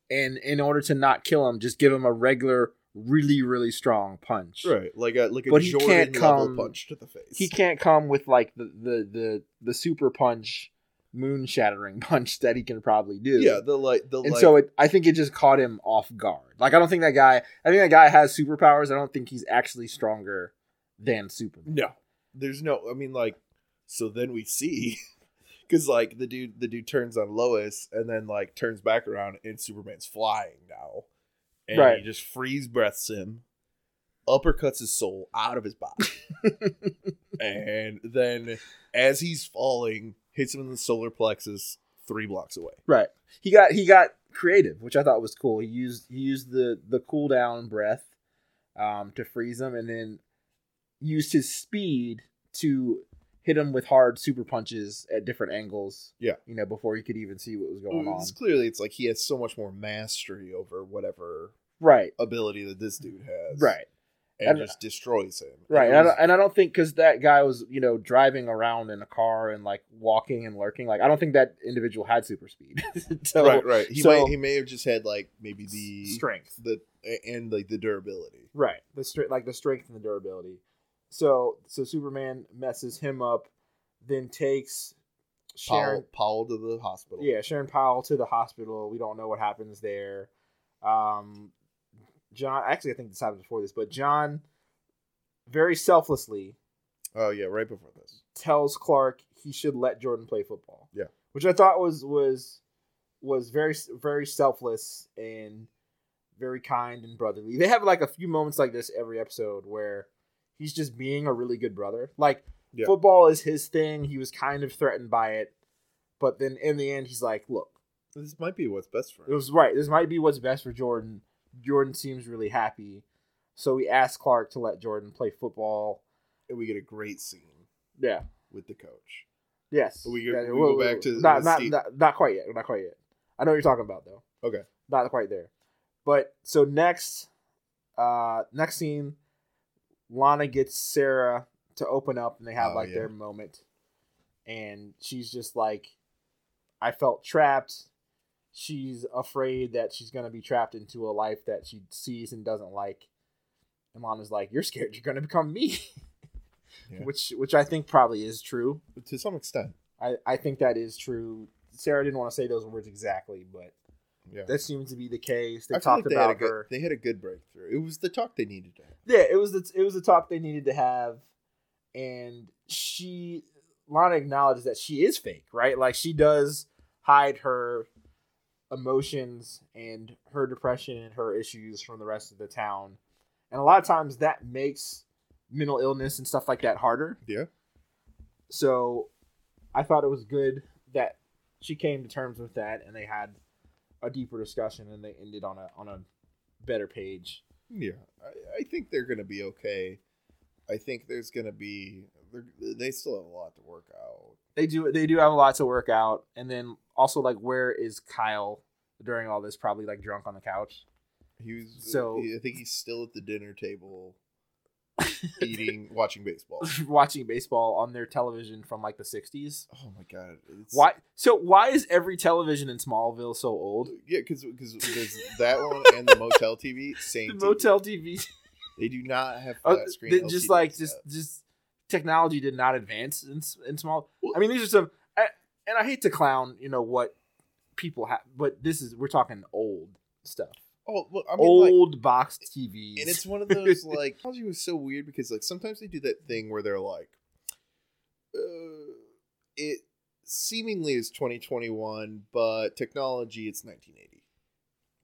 and in order to not kill him, just give him a regular, really, really strong punch.
Right. Like a like a
But he
Jordan
can't
level
come-
punch to the face.
He can't come with like the the the, the super punch, moon shattering punch that he can probably do.
Yeah, the like the
and
like
so it, I think it just caught him off guard. Like I don't think that guy. I think that guy has superpowers. I don't think he's actually stronger than Superman.
No. There's no I mean like so then we see cuz like the dude the dude turns on Lois and then like turns back around and Superman's flying now. And
Right.
he just freeze breaths him, uppercuts his soul out of his body. and then as he's falling, hits him in the solar plexus 3 blocks away.
Right. He got he got creative, which I thought was cool. He used he used the the cool down breath um, to freeze him, and then used his speed to hit him with hard super punches at different angles.
Yeah. Mm.
You know, before he could even see what was going on.
It's clearly it's like he has so much more mastery over whatever
Right.
ability that this dude has.
Right.
And
And-
just destroys him. And
Right.
it
And I,
was-
don't, and I don't think because that guy was you know driving around in a car and like walking and lurking. Like I don't think that individual had super speed. so
right, right. He
so-
might, he may have just had like maybe the
strength.
the and like the durability.
Right. The strength, like the strength and the durability. So so Superman messes him up, then takes Sharon.
Powell, Powell to the hospital.
Yeah, Sharon Powell to the hospital. We don't know what happens there. Um, John. Actually, I think this happened before this, but John, very selflessly,
Oh yeah, right before this.
tells Clark he should let Jordan play football.
Yeah.
Which I thought was was was very very selfless and very kind and brotherly. They have like a few moments like this every episode where he's just being a really good brother. Like
Yeah.
football is his thing. He was kind of threatened by it, but then in the end he's like, "Look,
This might be what's best for
it
him.
was right. This might be what's best for Jordan. Jordan seems really happy." So we asked Clark to let Jordan play football.
And we get a great scene
Yeah.
with the coach.
Yes.
But we go-
Yeah,
we
yeah,
go
whoa, whoa,
back
whoa.
to
not
the
not,
Steve-
not not quite yet. Not quite yet. I know what you're talking about though.
Okay.
Not quite there. But so next, uh, next scene, Lana gets Sarah to open up, and they have
Oh,
like
yeah.
their moment. and she's just like, I felt trapped. She's afraid that she's gonna be trapped into a life that she sees and doesn't like. And Lana's like, "You're scared. You're gonna become me,"
Yeah.
which which I think probably is true.
to some extent.
I I think that is true. Sarah didn't want to say those words exactly, but
Yeah.
that seems to be the case. They
I feel
talked
like they had a
about
good,
her.
They had a good breakthrough. It was the talk they needed to have.
yeah, it was the it was the talk they needed to have, and she Lana acknowledges that she is fake, right? Like she does hide her emotions and her depression and her issues from the rest of the town, and a lot of times that makes mental illness and stuff like that harder.
Yeah.
So I thought it was good that she came to terms with that, and they had a deeper discussion, and they ended on a on a better page.
Yeah, I, I think they're gonna be okay. I think there's gonna be they're- they still have a lot to work out.
they do they do have a lot to work out and then also like where is kyle during all this probably like drunk on the couch
He was
So-
I think he's still at the dinner table, eating, watching baseball.
watching baseball on their television from like the 60s
Oh my god! It's,
why so why is every television in smallville so old
Yeah, because there's that one and the motel TV. Same
the
TV.
motel tv
They do not have
uh,
flat screen.
they just
LCDs
like just
yet.
just technology did not advance in, s- in small
Well-
i mean these are some I, and i hate to clown you know what people have but this is we're talking old stuff
oh, well, I mean, like,
old box tvs
And it's one of those like technology was so weird because like sometimes they do that thing where they're like, uh, it seemingly is 2021, but technology it's 1980,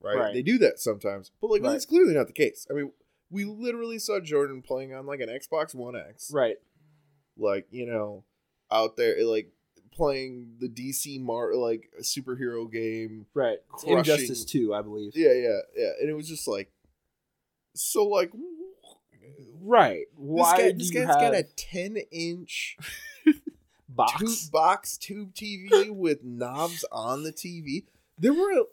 right?
Right.
They do that sometimes, but like
Right.
that's clearly not the case. I mean, we literally saw Jordan playing on like an Xbox One X,
right
like you know, out there eh, like playing the DC Mar like superhero game
Right.
crushing-
Injustice 2, I believe.
Yeah, yeah, yeah. And it was just like, so like,
Right.
this
Why
guy,
do
this
you
guy's
have
got a ten inch
box?
tube box tube TV with knobs on the TV. There were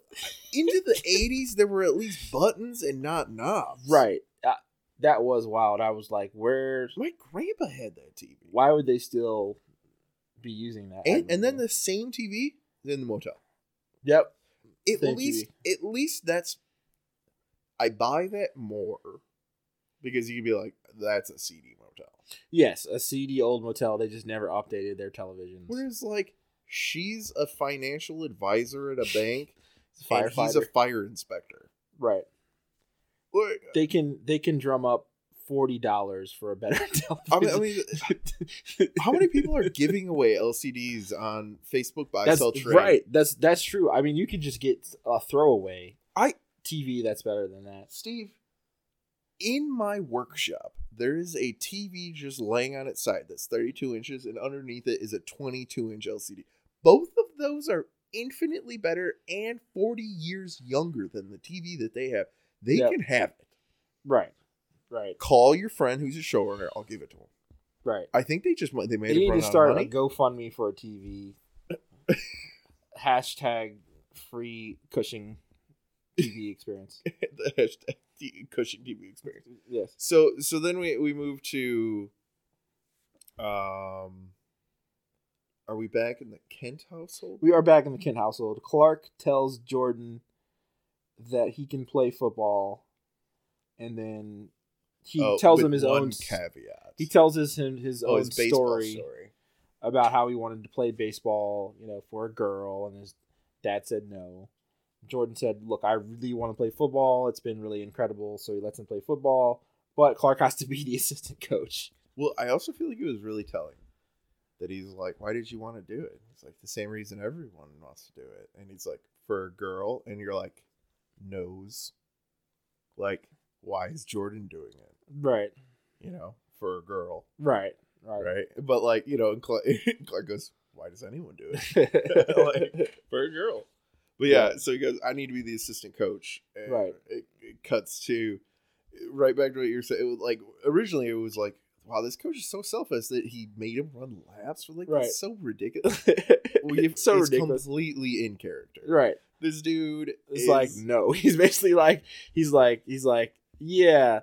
into the eighties. There were at least buttons and not knobs.
Right. Uh, that was wild. I was like, where?
My grandpa had that TV.
Why would they still be using that? I
And,
don't
and then
know.
the same TV in the motel.
Yep.
At
Same
least, at least that's. I buy that more, because you can be like, that's a CD motel.
Yes, a CD old motel. They just never updated their televisions.
Whereas, like, she's a financial advisor at a bank, and
Firefighter.
he's a fire inspector.
right.
Like,
They can they can drum up forty dollars for a better
I mean, I
television.
mean, how many people are giving away LCDs on Facebook buy
that's
sell trade?
right. That's that's true. I mean, you could just get a throwaway
I-
TV that's better than that.
Steve. In my workshop, there is a TV just laying on its side that's 32 inches, and underneath it is a 22 inch LCD. Both of those are infinitely better and 40 years younger than the TV that they have. They
Yep.
can have it.
Right. Right.
call your friend who's a showrunner. I'll give it to him.
Right.
I think they just might- they made
they
a
need
run
to
out of
start a
money.
GoFundMe for a TV. Hashtag free Cushing TV experience.
the hashtag T- Cushing TV experience.
Yes.
So so then we we move to, um, are we back in the Kent household?
We are back in the Kent household. Clark tells Jordan that he can play football, and then he
Oh,
tells
with
him his
one
own.
caveat.
He tells his him his
oh,
own
his baseball
story, about how he wanted to play baseball, you know, for a girl, and his dad said no. Jordan said, "Look, I really want to play football. It's been really incredible." So he lets him play football, but Clark has to be the assistant coach.
Well, I also feel like it was really telling that he's like, "Why did you want to do it?" It's like the same reason everyone wants to do it, and he's like, "For a girl," and you're like, "Nose." Like, why is Jordan doing it?
Right,
You know, for a girl,
right, right.
right? But like, you know, and Clark, Clark goes, "Why does anyone do it Like- for a girl?" But yeah, so he goes, "I need to be the assistant coach." And
Right.
It, it cuts to right back to what you're saying. It was like originally, it was like. Wow, this coach is so selfless that he made him run laps. We're like,
Right.
that's so ridiculous. Well, you-
so
it's
ridiculous.
completely in character.
right.
This dude
It's
is
like no. He's basically like he's like he's like yeah.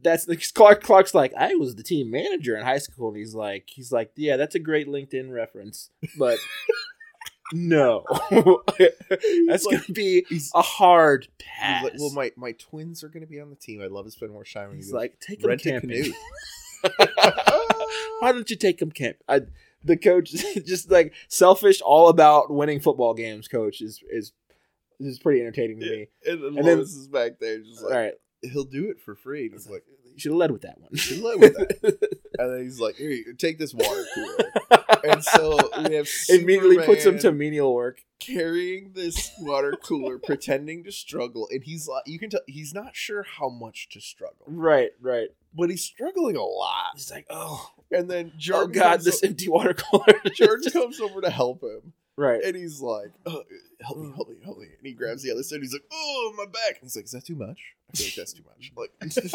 that's because Clark Clark's like I was the team manager in high school, and he's like he's like yeah that's a great LinkedIn reference, but no, that's
like-
gonna be
He's,
a hard
he's
pass.
like, well, my, my twins are going to be on the team. I'd love to spend more time. with
he's
you."
like take him
rent a
camping.
canoe.
Why don't you take him camp? I, the coach is just like selfish, all about winning football games. Coach is is is pretty entertaining to me.
and then
And then-
Lois is back there, just
All
like
right,
he'll do it for free. And he's like,
you should have led with that one.
"Good luck with that." and then he's like, "Here, you- take this water cooler." And so we have
immediately puts him to
Superman
menial work.
carrying this water cooler, pretending to struggle, and he's like, you can tell he's not sure how much to struggle,
Right, right.
but he's struggling a lot.
He's like, oh,
And then
oh
Jordan,
God,
comes
this
o-
empty water cooler.
Jordan comes over to help him,
right.
and he's like, oh, "Help me, help me, help me!" And he grabs the other side. He's like, "Oh, my back!" And he's like, "Is that too much?" I feel like that's too much.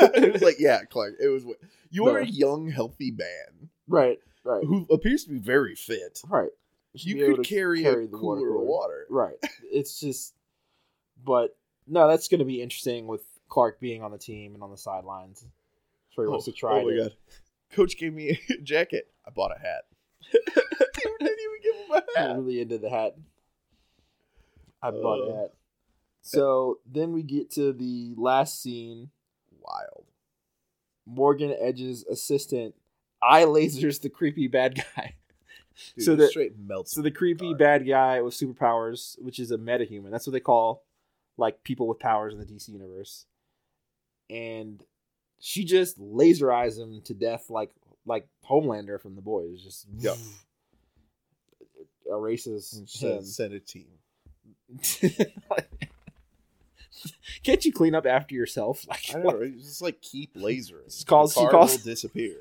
Like, it was like, yeah, Clark, it was. wa- You are a
No.
young, healthy man
Right, right,
who appears to be very fit.
right, be
You
able
could
to
carry,
carry
a
the water
cooler of
cooler.
water.
right. It's just, but no, that's going to be interesting with Clark being on the team and on the sidelines. So he wants to try.
Oh, my
to-
god! Coach gave me a jacket. I bought a hat. He didn't even give him a
I'm
hat.
really into the hat. I bought
Uh.
that. So then we get to the last scene.
Wild.
Morgan Edge's assistant eye lasers the creepy bad guy.
Dude,
So
it
the-
straight melts.
So the creepy
Dark.
bad guy with superpowers, which is a metahuman. That's what they call like people with powers in the DC universe. And she just laser eyes him to death like like Homelander from the boys. Just
Yeah.
erases
And
him.
send, send a team.
Can't you clean up after yourself? Like,
I don't know. It's just like keep lasering.
Just calls-
The
she
car
calls-
will disappear.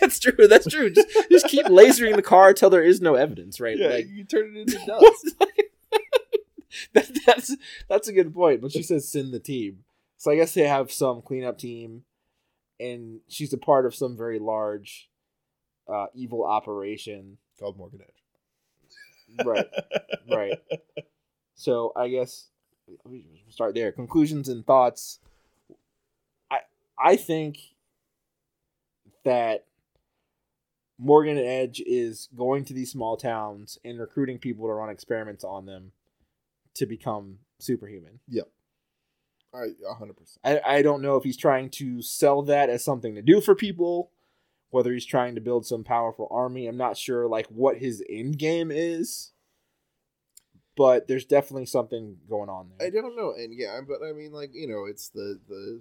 that's true. That's true. Just, just keep lasering the car till there is no evidence, right?
yeah,
Like,
you turn it into
What?
dust.
that, that's that's a good point. But she says send the team, so I guess they have some cleanup team, and she's a part of some very large, uh, evil operation.
called Morgan Edge.
Right, right. So I guess we should start there. Conclusions and thoughts. I I think that Morgan Edge is going to these small towns and recruiting people to run experiments on them to become superhuman.
I a hundred percent.
I, I don't know if he's trying to sell that as something to do for people, whether he's trying to build some powerful army. I'm not sure like what his end game is, but there's definitely something going on
I
there.
don't know, and yeah, but I mean, like you know, it's the the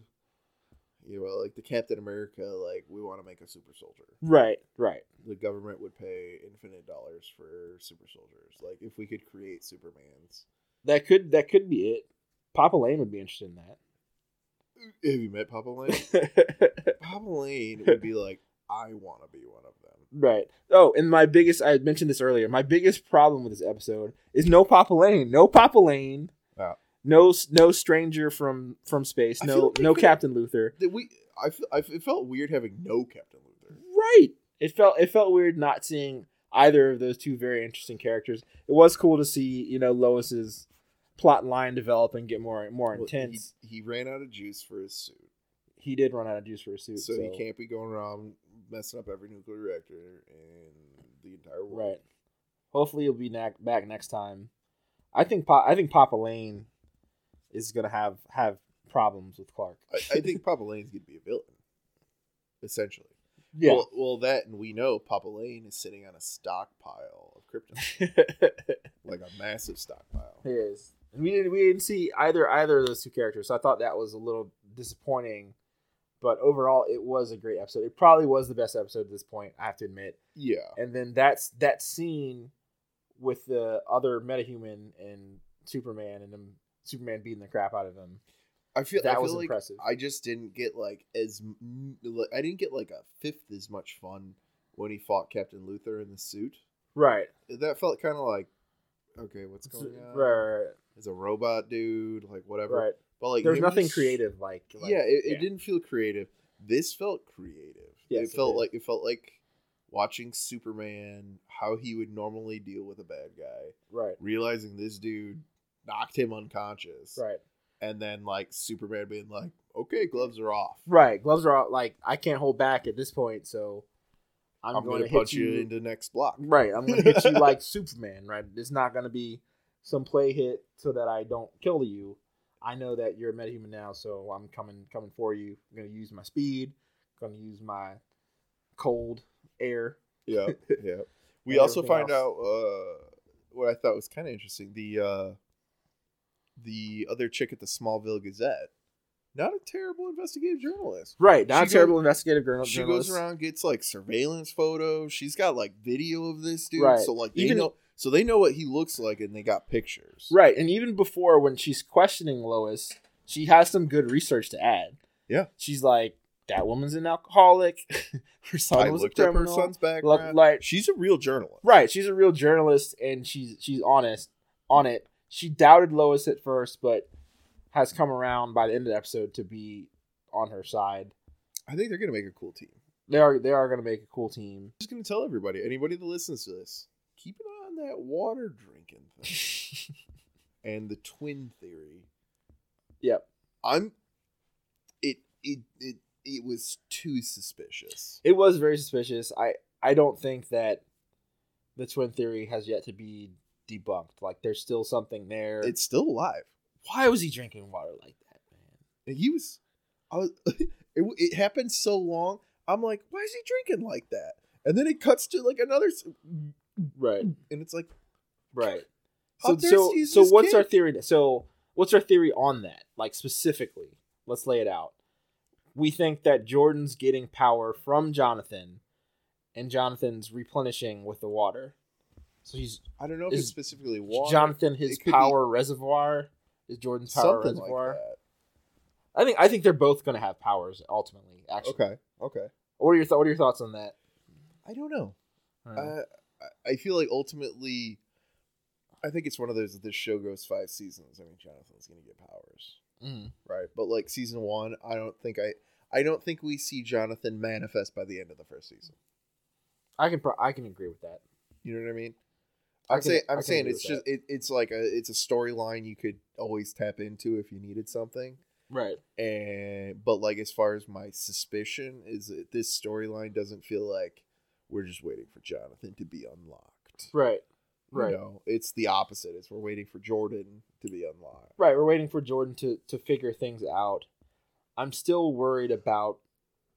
you know, like the Captain America, like we want to make a super soldier.
Right, right,
The government would pay infinite dollars for super soldiers. Like if we could create Supermans.
that could that could be it. Papa Lane would be interested in
Have you met Papa Lane?
that.
Papa Lane would be like, I want to be one of them.
right. Oh, and my biggest I had mentioned this earlier. My biggest problem with this episode is no Papa Lane, no Papa Lane.
Yeah.
No, s- no stranger from from space.
I feel
No,
like they
no
could-
Captain Luther.
Did we? I, fe- I fe- it felt weird having no Captain Luther.
Right. It felt it felt weird not seeing either of those two very interesting characters. It was cool to see, you know, Lois's plot line develop and get more more
Well,
intense.
He, he ran out of juice for his suit.
He, did run out of juice for his suit.
so,
So,
he can't be going around messing up every nuclear reactor in the entire world.
Right. Hopefully he'll be nac- back next time. I think pa- I think Papa Lane is gonna have have problems with Clark.
I, I think Papa Lane's gonna be a villain, essentially.
yeah.
Well, well, that and we know Papa Lane is sitting on a stockpile of kryptonite, like a massive stockpile.
He is. And we didn't we didn't see either either of those two characters, so I thought that was a little disappointing. But overall, it was a great episode. It probably was the best episode at this point, I have to admit.
Yeah,
And then that's that scene with the other metahuman and Superman and him, Superman beating the crap out of him.
I feel I
That
feel
was
like
impressive.
I just didn't get like as m- like, I didn't get like a fifth as much fun when he fought Captain Luther in the suit.
Right.
That felt kind of like okay, what's
Right.
going on?
uh, Right.
It's a robot dude, like whatever.
right.
But like
There's
him
nothing
just-
creative like, like
yeah, it,
yeah.
it didn't feel creative. This felt creative.
Yes,
it
it
felt
did.
like it felt like watching Superman how he would normally deal with a bad guy,
Right.
realizing this dude knocked him unconscious,
Right.
and then like Superman being like, Okay, gloves are off.
Right, gloves are out. Like I can't hold back at this point, so I'm,
I'm,
going
gonna,
to hit
punch you,
you.
into next block.
right, I'm going to hit you like Superman. Right, it's not going to be some play hit so that I don't kill you. I know that you're a metahuman now, so I'm coming coming for you. I'm going to use my speed. going to use my cold air.
Yeah, yeah. We
And
also
everything
find
else.
out uh, what I thought was kind of interesting. The uh, the other chick at the Smallville Gazette, not a terrible investigative journalist.
Right, not
She
a terrible investigative journal-
She
journalist.
goes around gets like surveillance photos. She's got like video of this dude,
Right.
so like they
Even-
know, so they know what he looks like, and they got pictures.
Right, and even before when she's questioning Lois, she has some good research to add.
Yeah.
she's like, "That woman's an alcoholic. her son
I
was
looked
a
up her
criminal."
son's
Look,
background.
like,
She's a real journalist.
right, she's a real journalist, and she's she's honest on it. She doubted Lois at first, but has come around by the end of the episode to be on her side.
I think they're gonna make a cool team.
They are they are going to make a cool team.
just gonna tell everybody, anybody that listens to this, keep an eye on that water drinking thing and the twin theory.
Yep,
I'm it it it it was too suspicious.
it was very suspicious. I I don't think that the twin theory has yet to be debunked. Like there's still something there.
It's still alive.
why was he drinking water like that, man?
And he was, I was, it, w- it happened so long. I'm like, why is he drinking like that? And then it cuts to like another, s-
Right,
and it's like,
right.
How
So so
thirsty is
so
this
what's our
kid?
theory? So what's our theory on that? Like specifically, let's lay it out. We think that Jordan's getting power from Jonathan, and Jonathan's replenishing with the water. So he's
I don't know if it's
Is
specifically water,
Jonathan his
it could be-
power reservoir is Jordan's power
something like
reservoir.
that.
I think I think they're both going to have powers ultimately. Actually,
Okay, okay.
what are your th- what are your thoughts on that?
I don't know.
Uh,
Uh, I- I feel like ultimately, I think it's one of those that this show goes five seasons. I mean, Jonathan's gonna get powers,
mm.
right? But like season one, I don't think I, I don't think we see Jonathan manifest by the end of the first season.
I can pro- I can agree with that.
You know what I mean?
I
I'm
can-
saying,
I
I'm
can
saying
agree
it's
with
just it, it's like a it's a storyline you could always tap into if you needed something.
Right.
And but like as far as my suspicion is, that this storyline doesn't feel like we're just waiting for Jonathan to be unlocked.
Right.
Right.
Right.
You know, it's the opposite. It's we're waiting for Jordan to be unlocked.
Right. We're waiting for Jordan to to figure things out. I'm still worried about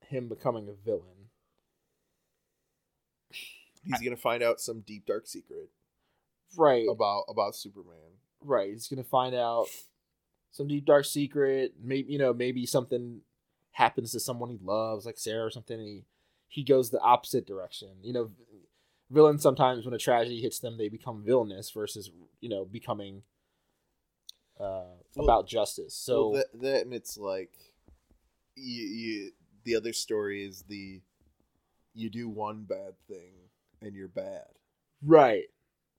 him becoming a villain.
He's gonna find out some deep dark secret
Right.
about about Superman.
Right. He's gonna find out some deep dark secret. Maybe you know maybe something happens to someone he loves, like Sarah or something. And he he goes the opposite direction. You know, villains sometimes when a tragedy hits them, they become villainous versus you know becoming uh,
Well-
about justice. So
Well, that, that and it's like, you, you the other story is the, you do one bad thing and you're bad,
right.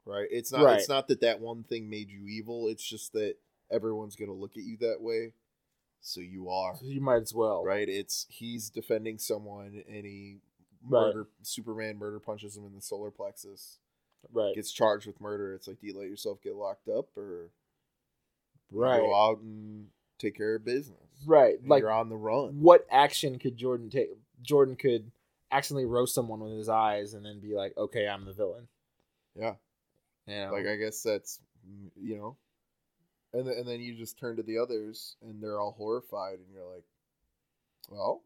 right? It's not
Right.
it's not that that one thing made you evil. It's just that everyone's gonna look at you that way, so you are.
So you might as well.
right? It's he's defending someone and he
Right.
murder Superman murder punches him in the solar plexus,
Right.
gets charged with murder. It's like, do you let yourself get locked up or you
Right.
go out and take care of business?
Right.
And
Like
you're on the run.
what action could Jordan take? Jordan could accidentally roast someone with his eyes and then be like, "Okay, I'm the villain."
Yeah.
You know?
Like I guess that's mm, you know, and then, and then you just turn to the others and they're all horrified and you're like, well,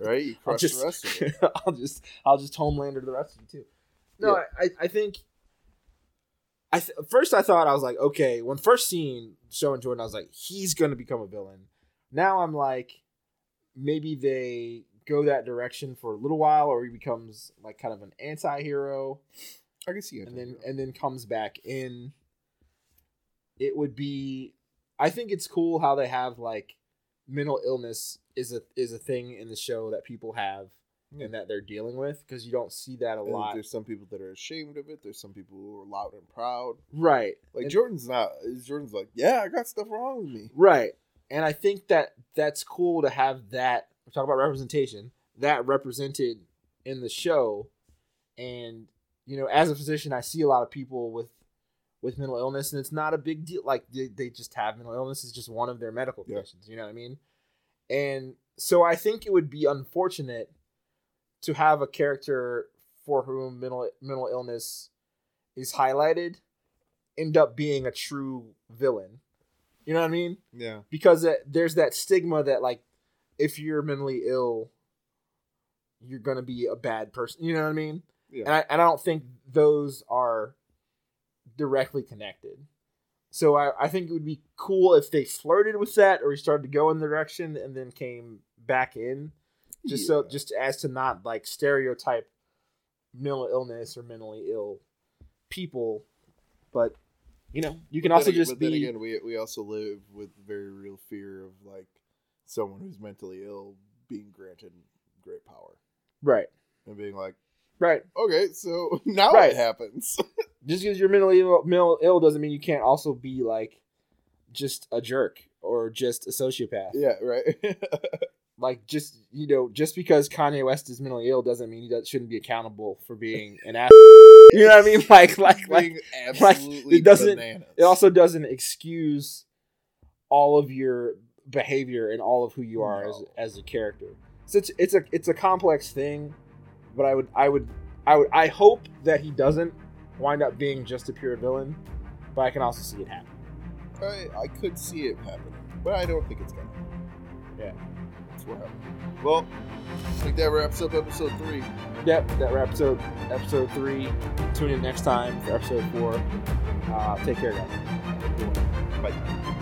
right? You
I'll
crush
just,
the rest of it.
I'll just, I'll just homelander the rest of you too. No,
Yeah.
I, I, I think. I th- first I thought I was like, okay, when first seeing showing Jordan, I was like, he's gonna become a villain. Now I'm like, maybe they go that direction for a little while, or he becomes like kind of an anti-hero.
I can see it.
and then and then comes back in it would be i think it's cool how they have like mental illness is a is a thing in the show that people have
Yeah.
and that they're dealing with because you don't see that a
And
lot
there's some people that are ashamed of it. There's some people who are loud and proud.
right
Like
And-
Jordan's not. Jordan's like, yeah, I got stuff wrong with me.
right and i think that that's cool to have that talk about representation that represented in the show and you know as a physician i see a lot of people with with mental illness, and it's not a big deal. Like they, they just have mental illness; is just one of their medical
Yeah.
conditions. You know what I mean? And so I think it would be unfortunate to have a character for whom mental mental illness is highlighted end up being a true villain. You know what I mean?
Yeah.
because that, there's that stigma that like if you're mentally ill you're gonna be a bad person you know what i mean
Yeah.
and, I, and i don't think those are directly connected so I, I think it would be cool if they flirted with that or he started to go in the direction and then came back in just so
Yeah.
just as to not like stereotype mental illness or mentally ill people but you know you can
But
also
then ag-
just
but then
be
again, we we also live with very real fear of like someone who's mentally ill being granted great power
right
and being like,
right
okay, so now
Right.
it happens.
just because you're mentally Ill, mental ill doesn't mean you can't also be like just a jerk or just a sociopath.
yeah. Right.
Like just you know, just because Kanye West is mentally ill doesn't mean he does, shouldn't be accountable for being an ass. You know what I mean? Like like like.
being
like,
absolutely
it doesn't-
bananas.
It also doesn't excuse all of your behavior and all of who you are
No.
as as a character. So it's it's a it's a complex thing, but I would I would I would I hope that he doesn't wind up being just a pure villain, but I can also see it happen.
I, I could see it happening, but I don't think it's gonna.
Yeah.
That's what happened. Well, I think that wraps up episode three.
Yep, that wraps up episode three. Tune in next time for episode four. Uh, take care, guys.
Bye.